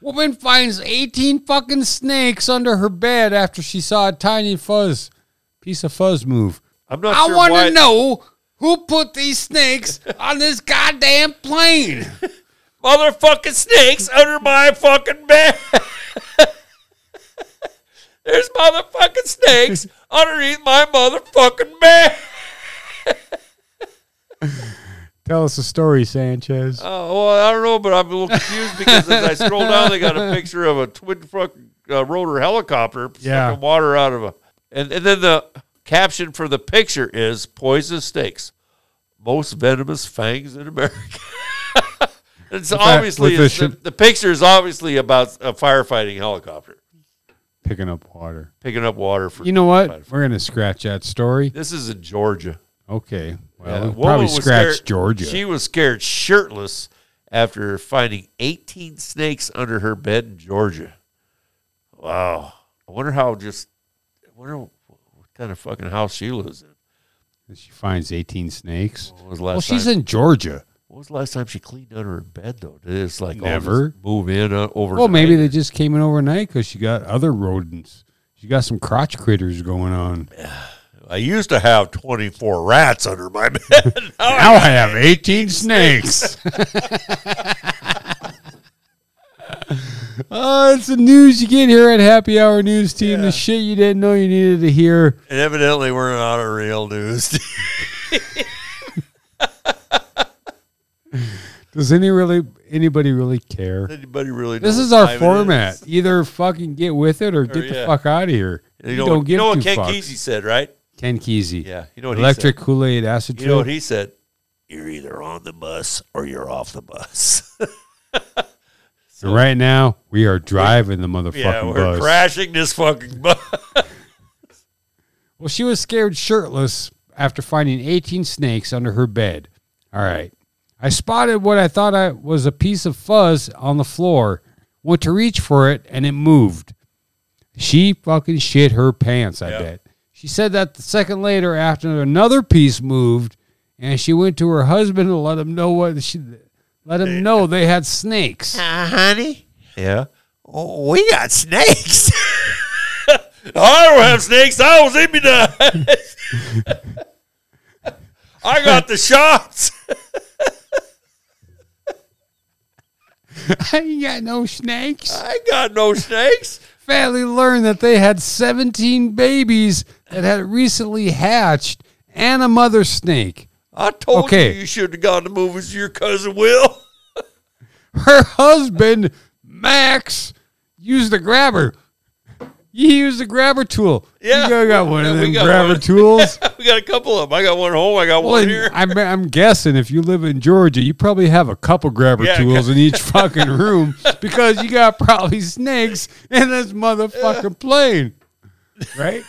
Speaker 1: Woman finds 18 fucking snakes under her bed after she saw a tiny fuzz piece of fuzz move.
Speaker 2: I'm not.
Speaker 1: I
Speaker 2: sure
Speaker 1: want
Speaker 2: why-
Speaker 1: to know who put these snakes on this goddamn plane.
Speaker 2: motherfucking snakes under my fucking bed. There's motherfucking snakes underneath my motherfucking bed.
Speaker 1: Tell us a story, Sanchez.
Speaker 2: Oh, well, I don't know, but I'm a little confused because as I scroll down, they got a picture of a twin truck uh, rotor helicopter
Speaker 1: Yeah.
Speaker 2: sucking water out of a. And, and then the caption for the picture is poisonous snakes, most venomous fangs in America. it's obviously,
Speaker 1: with the
Speaker 2: it's- the,
Speaker 1: shit-
Speaker 2: the picture is obviously about a firefighting helicopter.
Speaker 1: Picking up water.
Speaker 2: picking up water for
Speaker 1: You know what? We're gonna scratch that story.
Speaker 2: this is in Georgia.
Speaker 1: Okay. Well,
Speaker 2: Yeah,
Speaker 1: we
Speaker 2: the woman
Speaker 1: probably
Speaker 2: was
Speaker 1: scratch
Speaker 2: scared-
Speaker 1: Georgia.
Speaker 2: She was scared shirtless after finding 18 snakes under her bed in Georgia. Wow. I wonder how just I wonder what kind of fucking house she lives in.
Speaker 1: she finds 18 snakes.
Speaker 2: What was the last
Speaker 1: Well, she's
Speaker 2: time?
Speaker 1: in Georgia.
Speaker 2: what was the last time she cleaned under her bed though? Did it just like all
Speaker 1: Never.
Speaker 2: just move in uh, over?
Speaker 1: Well, maybe they just came in overnight because she got other rodents. She got some crotch critters going on.
Speaker 2: I used to have 24 rats under my bed.
Speaker 1: Now I have 18 snakes. Oh, it's the news you get here at Happy Hour News Team. The shit you didn't know you needed to hear.
Speaker 2: and evidently we're not a real news.
Speaker 1: Does any really anybody really care?
Speaker 2: Anybody really? know
Speaker 1: This
Speaker 2: what
Speaker 1: is our
Speaker 2: time it
Speaker 1: format. Either fucking get with it or get the
Speaker 2: yeah.
Speaker 1: fuck out of here.
Speaker 2: You know, what- you know what Ken
Speaker 1: fucks.
Speaker 2: Kesey said, right?
Speaker 1: Ken Kesey.
Speaker 2: Yeah, you know what
Speaker 1: Electric Kool Aid acid
Speaker 2: he said. You know
Speaker 1: trip.
Speaker 2: what he said? You're either on the bus or you're off the bus.
Speaker 1: And right now, we are driving the motherfucking
Speaker 2: yeah, we're
Speaker 1: bus.
Speaker 2: crashing this fucking bus.
Speaker 1: Well, she was scared shirtless after finding 18 snakes under her bed. All right. I spotted what I thought I was a piece of fuzz on the floor, went to reach for it, and it moved. She fucking shit her pants, I
Speaker 2: Yeah.
Speaker 1: bet. She said that the second later, after another piece moved, and she went to her husband and let him know what she let him know they had snakes.
Speaker 7: Uh, honey,
Speaker 2: Yeah.
Speaker 7: oh, we got snakes.
Speaker 2: I don't have snakes. I was immunized. I got the shots.
Speaker 1: I ain't got no snakes.
Speaker 2: I got no snakes.
Speaker 1: Family learned that they had 17 babies that had recently hatched and a mother snake.
Speaker 2: I told
Speaker 1: Okay.
Speaker 2: you you should have gone to movies with your cousin Will.
Speaker 1: Her husband, Max, used the grabber. He used the grabber tool.
Speaker 2: Yeah.
Speaker 1: You got- got one of
Speaker 2: Yeah, we
Speaker 1: them
Speaker 2: got
Speaker 1: grabber
Speaker 2: one.
Speaker 1: tools.
Speaker 2: we got a couple of them. I got one at home. I got
Speaker 1: Well,
Speaker 2: one
Speaker 1: and
Speaker 2: here.
Speaker 1: I'm, I'm guessing if you live in Georgia, you probably have a couple grabber
Speaker 2: Yeah,
Speaker 1: tools in each fucking room because you got probably snakes in this motherfucking plane. Right?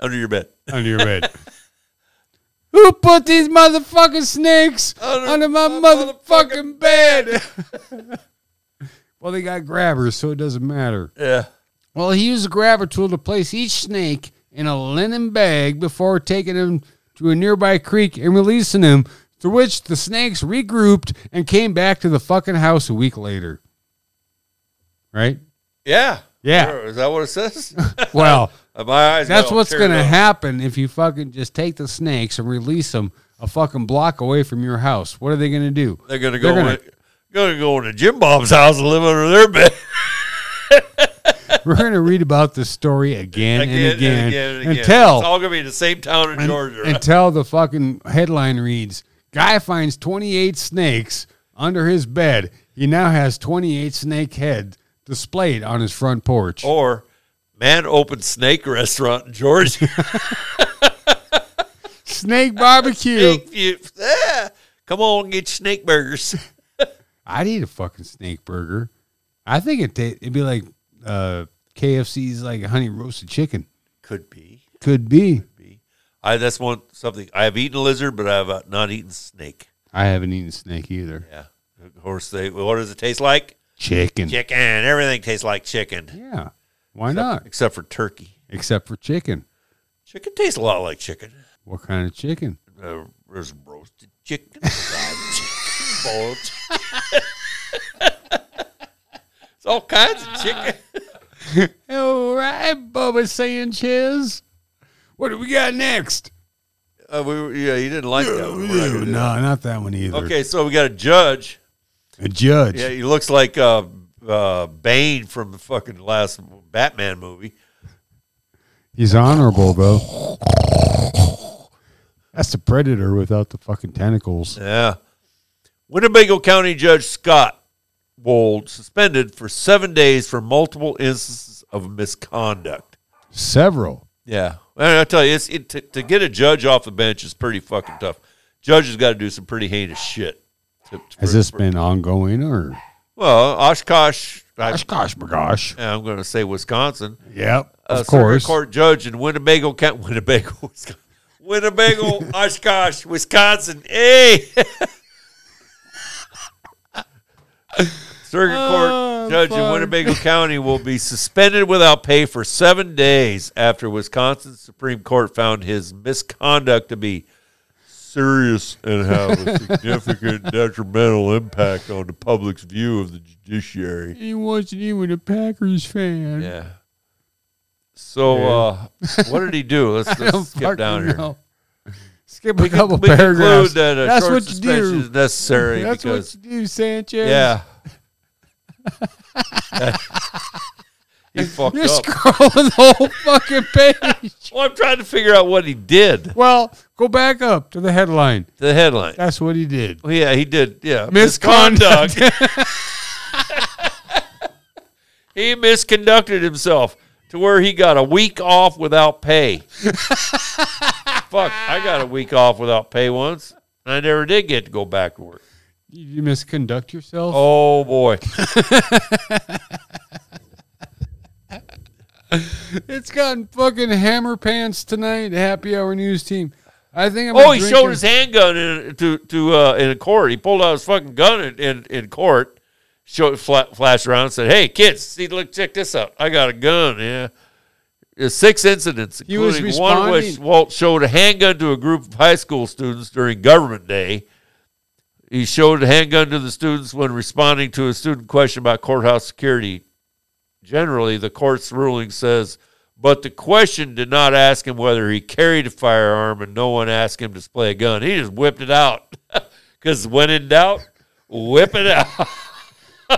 Speaker 2: Under your bed.
Speaker 1: under your bed. Who put these motherfucking snakes under, my, motherfucking, bed? well, they got grabbers, so it doesn't matter.
Speaker 2: Yeah.
Speaker 1: Well, he used a grabber tool to place each snake in a linen bag before taking him to a nearby creek and releasing him, to which the snakes regrouped and came back to the fucking house a week later. Right?
Speaker 2: Yeah.
Speaker 1: Yeah.
Speaker 2: Sure. Is that what it says?
Speaker 1: Well,
Speaker 2: Uh, My eyes. got
Speaker 1: That's
Speaker 2: all
Speaker 1: what's
Speaker 2: teared
Speaker 1: going to
Speaker 2: up.
Speaker 1: happen if you fucking just take the snakes and release them a fucking block away from your house. What are they going to do?
Speaker 2: They're gonna
Speaker 1: They're
Speaker 2: go.
Speaker 1: gonna-
Speaker 2: Gonna, gonna go into Jim Bob's house and live under their bed.
Speaker 1: We're going to read about this story again, and, again
Speaker 2: it's
Speaker 1: until
Speaker 2: all gonna be in the same town in Georgia. right?
Speaker 1: until the fucking headline reads: Guy finds twenty eight snakes under his bed. He now has 28 snake heads displayed on his front porch.
Speaker 2: Or man opened snake restaurant in Georgia.
Speaker 1: Snake barbecue.
Speaker 2: Snake view. Ah, come on, get your snake burgers.
Speaker 1: I'd eat a fucking snake burger. I think it ta- it'd be like uh, KFC's like honey roasted chicken.
Speaker 2: Could be.
Speaker 1: Could be.
Speaker 2: be. I that's one something I have eaten lizard, but I have uh, not eaten snake.
Speaker 1: I haven't eaten snake either.
Speaker 2: Yeah, of course they. What does it taste like?
Speaker 1: Chicken.
Speaker 2: Chicken. Everything tastes like chicken,
Speaker 1: Yeah. Why not?
Speaker 2: except for turkey.
Speaker 1: Except for chicken.
Speaker 2: Chicken tastes a lot like chicken.
Speaker 1: What kind of chicken?
Speaker 2: Uh, there's roasted chicken, fried chicken, boiled chicken. it's all kinds of chicken.
Speaker 1: All right, Bubba Sanchez. What do we got next?
Speaker 2: Uh, we were, yeah, you didn't like that. One. We're not
Speaker 1: no,
Speaker 2: gonna do that.
Speaker 1: not that one either.
Speaker 2: Okay, so we got a judge.
Speaker 1: A judge.
Speaker 2: Yeah, he looks like uh, uh, Bane from the fucking last Batman movie.
Speaker 1: He's honorable, though. That's the predator without the fucking tentacles.
Speaker 2: Yeah. Winnebago County Judge Scott Wold suspended for seven days for multiple instances of misconduct.
Speaker 1: Several.
Speaker 2: Yeah. And I tell you, it's, it, to, to get a judge off the bench is pretty fucking tough. Judge has got to do some pretty heinous shit. to- to-
Speaker 1: Has
Speaker 2: for-
Speaker 1: this
Speaker 2: for-
Speaker 1: been ongoing or?
Speaker 2: Well, Oshkosh, I,
Speaker 1: gosh, my gosh. Uh,
Speaker 2: I'm going to say Wisconsin.
Speaker 1: Yep,
Speaker 2: a
Speaker 1: of
Speaker 2: circuit
Speaker 1: course.
Speaker 2: court judge in Winnebago County, Winnebago, Wisconsin. Winnebago, Oshkosh, Wisconsin. Hey, circuit court
Speaker 1: Oh,
Speaker 2: judge in
Speaker 1: fuck.
Speaker 2: Winnebago County will be suspended without pay for seven days after Wisconsin Supreme Court found his misconduct to be serious and have a significant detrimental impact on the public's view of the judiciary.
Speaker 1: He wasn't even a Packers fan.
Speaker 2: Yeah. So uh, what did he do? Let's, let's skip
Speaker 1: Fucking
Speaker 2: down here.
Speaker 1: no. Skip a
Speaker 2: We can-
Speaker 1: couple
Speaker 2: we conclude
Speaker 1: paragraphs.
Speaker 2: that a
Speaker 1: That's
Speaker 2: short
Speaker 1: what you
Speaker 2: suspension
Speaker 1: do.
Speaker 2: is necessary
Speaker 1: That's
Speaker 2: because
Speaker 1: what you do, Sanchez.
Speaker 2: yeah. he fucked
Speaker 1: You're
Speaker 2: up.
Speaker 1: scrolling the whole fucking page.
Speaker 2: Well, I'm trying to figure out what he did.
Speaker 1: Well, go back up to the headline.
Speaker 2: The headline.
Speaker 1: That's what he did.
Speaker 2: Well, yeah, he did. Yeah,
Speaker 1: Misconduct.
Speaker 2: he misconducted himself to where he got a week off without pay. Fuck, I got a week off without pay once, and I never did get to go back to work.
Speaker 1: You, you misconduct yourself.
Speaker 2: Oh boy.
Speaker 1: It's gotten fucking hammer pants tonight. Happy hour news team. I think I'm.
Speaker 2: Oh,
Speaker 1: gonna
Speaker 2: he
Speaker 1: drink
Speaker 2: showed
Speaker 1: it.
Speaker 2: his handgun in, to to uh, in court. He pulled out his fucking gun in, in, in court. Showed fla- flashed around and said, "Hey kids, see look check this out. I got a gun." Yeah. There's Six incidents,
Speaker 1: He was
Speaker 2: including one which
Speaker 1: responding-
Speaker 2: Walt showed a handgun to a group of high school students during government day. He showed a handgun to the students when responding to a student question about courthouse security. Generally, the court's ruling says, but the question did not ask him whether he carried a firearm, and no one asked him to display a gun. He just whipped it out. Because when in doubt, whip it out.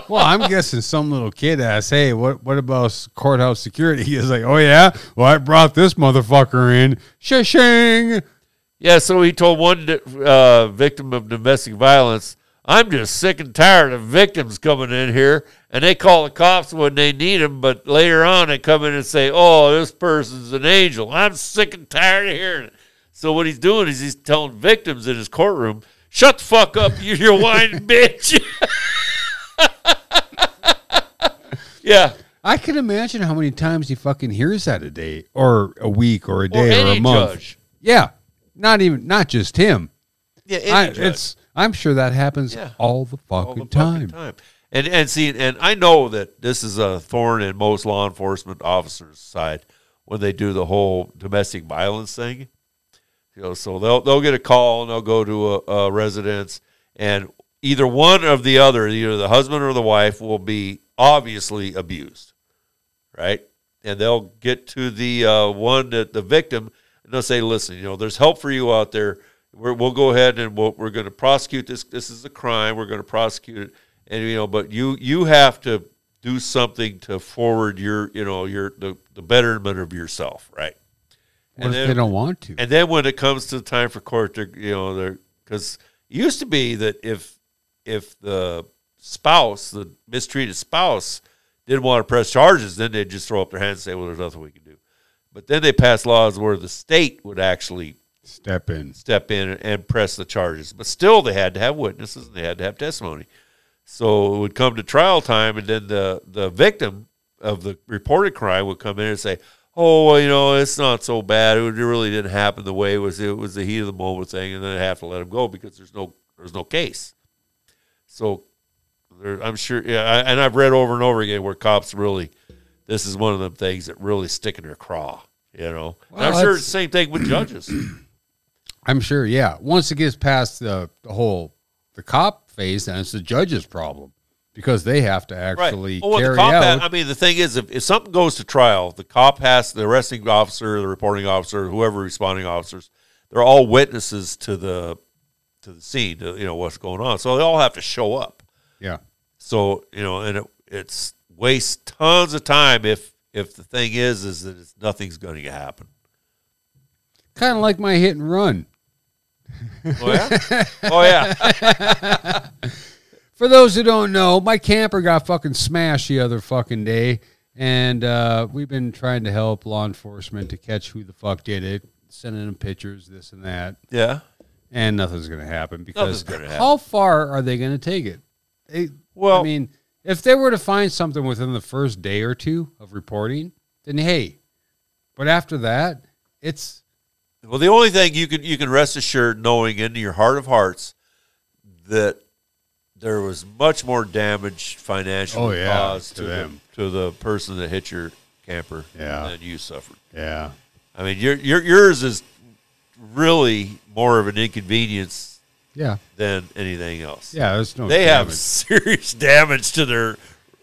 Speaker 1: Well, I'm guessing some little kid asked, "Hey, what what about courthouse security?" He was like, "Oh yeah, well I brought this motherfucker in." Shishing.
Speaker 2: yeah, so he told one uh, victim of domestic violence, I'm just sick and tired of victims coming in here, and they call the cops when they need them, but later on they come in and say, oh, this person's an angel. I'm sick and tired of hearing it. So what he's doing is he's telling victims in his courtroom, shut the fuck up, you, you're a whining bitch. yeah.
Speaker 1: I can imagine how many times he fucking hears that a day, or a week, or a
Speaker 2: Or
Speaker 1: day, or,
Speaker 2: any
Speaker 1: a month.
Speaker 2: judge.
Speaker 1: Yeah, not even not just him.
Speaker 2: Yeah, any
Speaker 1: I,
Speaker 2: judge.
Speaker 1: it's I'm sure that happens
Speaker 2: Yeah.
Speaker 1: all the fucking
Speaker 2: all the
Speaker 1: time.
Speaker 2: fucking time. And and see, and I know that this is a thorn in most law enforcement officers' side when they do the whole domestic violence thing. You know, so they'll they'll get a call and they'll go to a, a residence, and either one of the other, either the husband or the wife, will be obviously abused, right? And they'll get to the uh, one that the victim, and they'll say, "Listen, you know, there's help for you out there. We're, we'll go ahead and we'll, we're going to prosecute this. This is a crime. We're going to prosecute it, and you know, but you you have to do something to forward your you know your the, the betterment of yourself, right?
Speaker 1: What
Speaker 2: And
Speaker 1: if
Speaker 2: then-
Speaker 1: they don't want to?
Speaker 2: and then when it comes to the time for court, they're, you know, they're because it used to be that if if the spouse, the mistreated spouse, didn't want to press charges, then they'd just throw up their hands and say, well, there's nothing we can do. But then they passed laws where the state would actually
Speaker 1: Step in.
Speaker 2: step in and press the charges. But still, they had to have witnesses and they had to have testimony. So it would come to trial time, and then the, the victim of the reported crime would come in and say, "Oh, well, you know, it's not so bad. It really didn't happen the way it was. It was the heat of the moment thing, and then they have to let him go because there's no there's no case." So there, I'm sure, yeah, I, and I've read over and over again where cops really, this is one of them things that really stick in their craw, you know. And
Speaker 1: Well,
Speaker 2: I'm sure
Speaker 1: that's-
Speaker 2: it's the same thing with judges.
Speaker 1: I'm sure, yeah. Once it gets past the, the whole the cop phase, then it's the judge's problem because they have to actually
Speaker 2: Well,
Speaker 1: carry
Speaker 2: the cop
Speaker 1: out.
Speaker 2: ha- I mean, the thing is, if, if something goes to trial, the cop has the arresting officer, the reporting officer, whoever responding officers, they're all witnesses to the to the scene, to, you know what's going on. So they all have to show up.
Speaker 1: yeah,
Speaker 2: So you know, and it, it's wastes tons of time if if the thing is is that it's, nothing's going to happen.
Speaker 1: kind of like my hit and run.
Speaker 2: Oh yeah, oh yeah.
Speaker 1: For those who don't know, my camper got fucking smashed the other fucking day, and uh, we've been trying to help law enforcement to catch who the fuck did it, sending them pictures, this and that,
Speaker 2: yeah.
Speaker 1: and nothing's gonna happen because
Speaker 2: Nothing's gonna
Speaker 1: how far are they gonna take it? They,
Speaker 2: Well-
Speaker 1: I mean, if they were to find something within the first day or two of reporting, then hey, but after that, it's
Speaker 2: Well, the only thing you can you can rest assured, knowing in your heart of hearts that there was much more damage financially
Speaker 1: Oh, yeah,
Speaker 2: caused
Speaker 1: to
Speaker 2: to, the,
Speaker 1: them.
Speaker 2: to the person that hit your camper
Speaker 1: Yeah.
Speaker 2: than you suffered.
Speaker 1: yeah,
Speaker 2: I mean, your, your yours is really more of an inconvenience
Speaker 1: yeah,
Speaker 2: than anything else.
Speaker 1: yeah. There's no
Speaker 2: they have
Speaker 1: Oh, damage.
Speaker 2: serious damage to their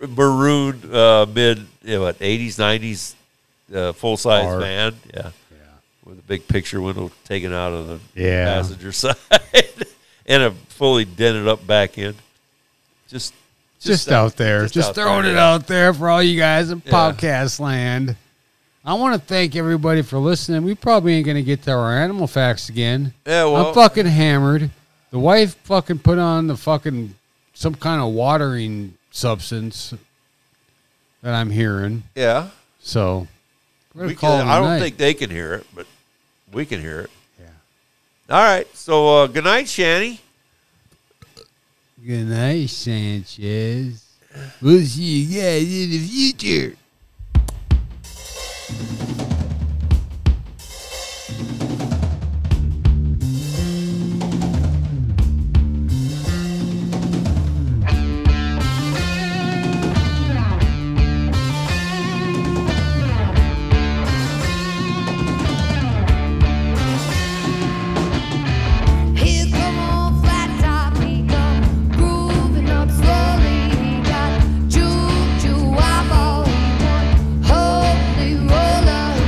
Speaker 2: maroon uh, mid yeah, what eighties nineties uh, full size
Speaker 1: Car.
Speaker 2: van. Yeah
Speaker 1: Yeah.
Speaker 2: with a big picture window taken out of the
Speaker 1: Yeah.
Speaker 2: passenger side and a fully dented up back end. Just,
Speaker 1: just, out there, just,
Speaker 2: out
Speaker 1: throwing
Speaker 2: there,
Speaker 1: it
Speaker 2: yeah.
Speaker 1: out there for all you guys in
Speaker 2: Yeah.
Speaker 1: podcast land. I want to thank everybody for listening. We probably ain't going to get to our animal facts again.
Speaker 2: Yeah,
Speaker 1: I'm
Speaker 2: well-
Speaker 1: fucking hammered. The wife fucking put on the fucking some kind of watering substance that I'm hearing.
Speaker 2: Yeah,
Speaker 1: So we're gonna
Speaker 2: we
Speaker 1: call
Speaker 2: can,
Speaker 1: it a
Speaker 2: I don't
Speaker 1: night.
Speaker 2: think they can hear it, but we can hear it.
Speaker 1: Yeah.
Speaker 2: All right, so uh, good night, Shanny.
Speaker 1: Good night, Sanchez. We'll see you guys in the future.
Speaker 8: He's come on flat top, he come grooving up slowly. He got juke, juke, wobble, he won holy roller. oh,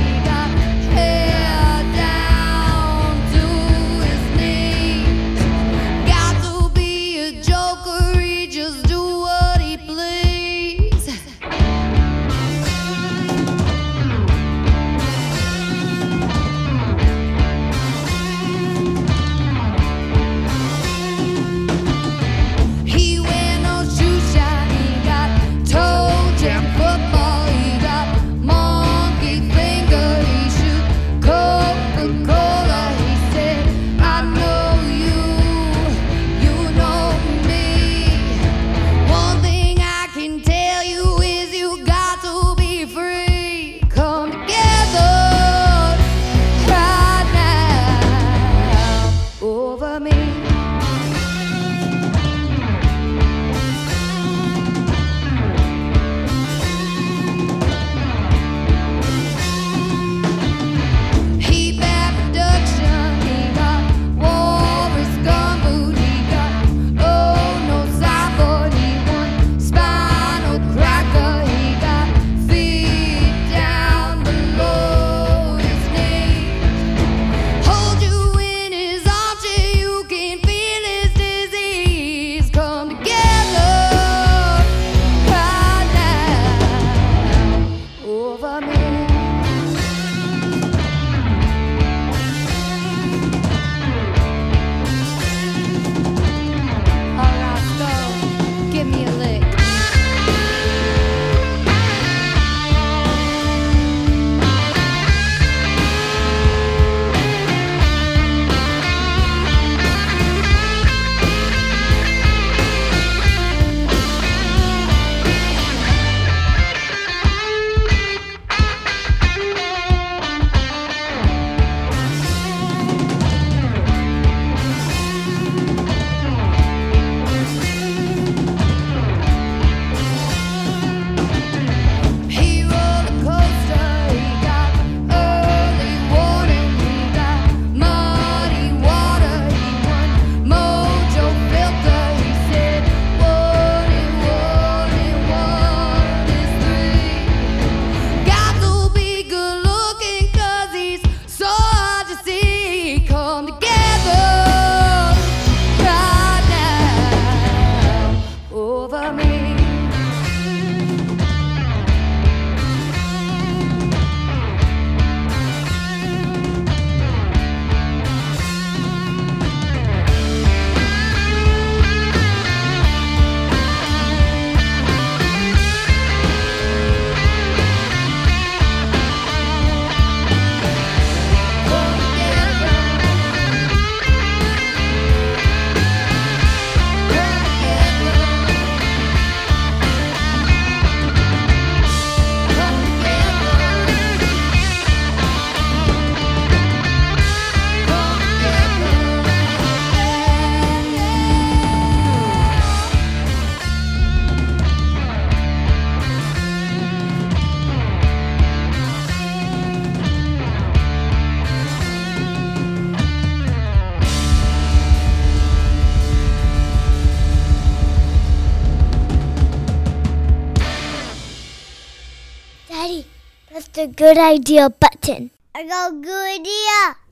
Speaker 3: the good idea button. I got good idea.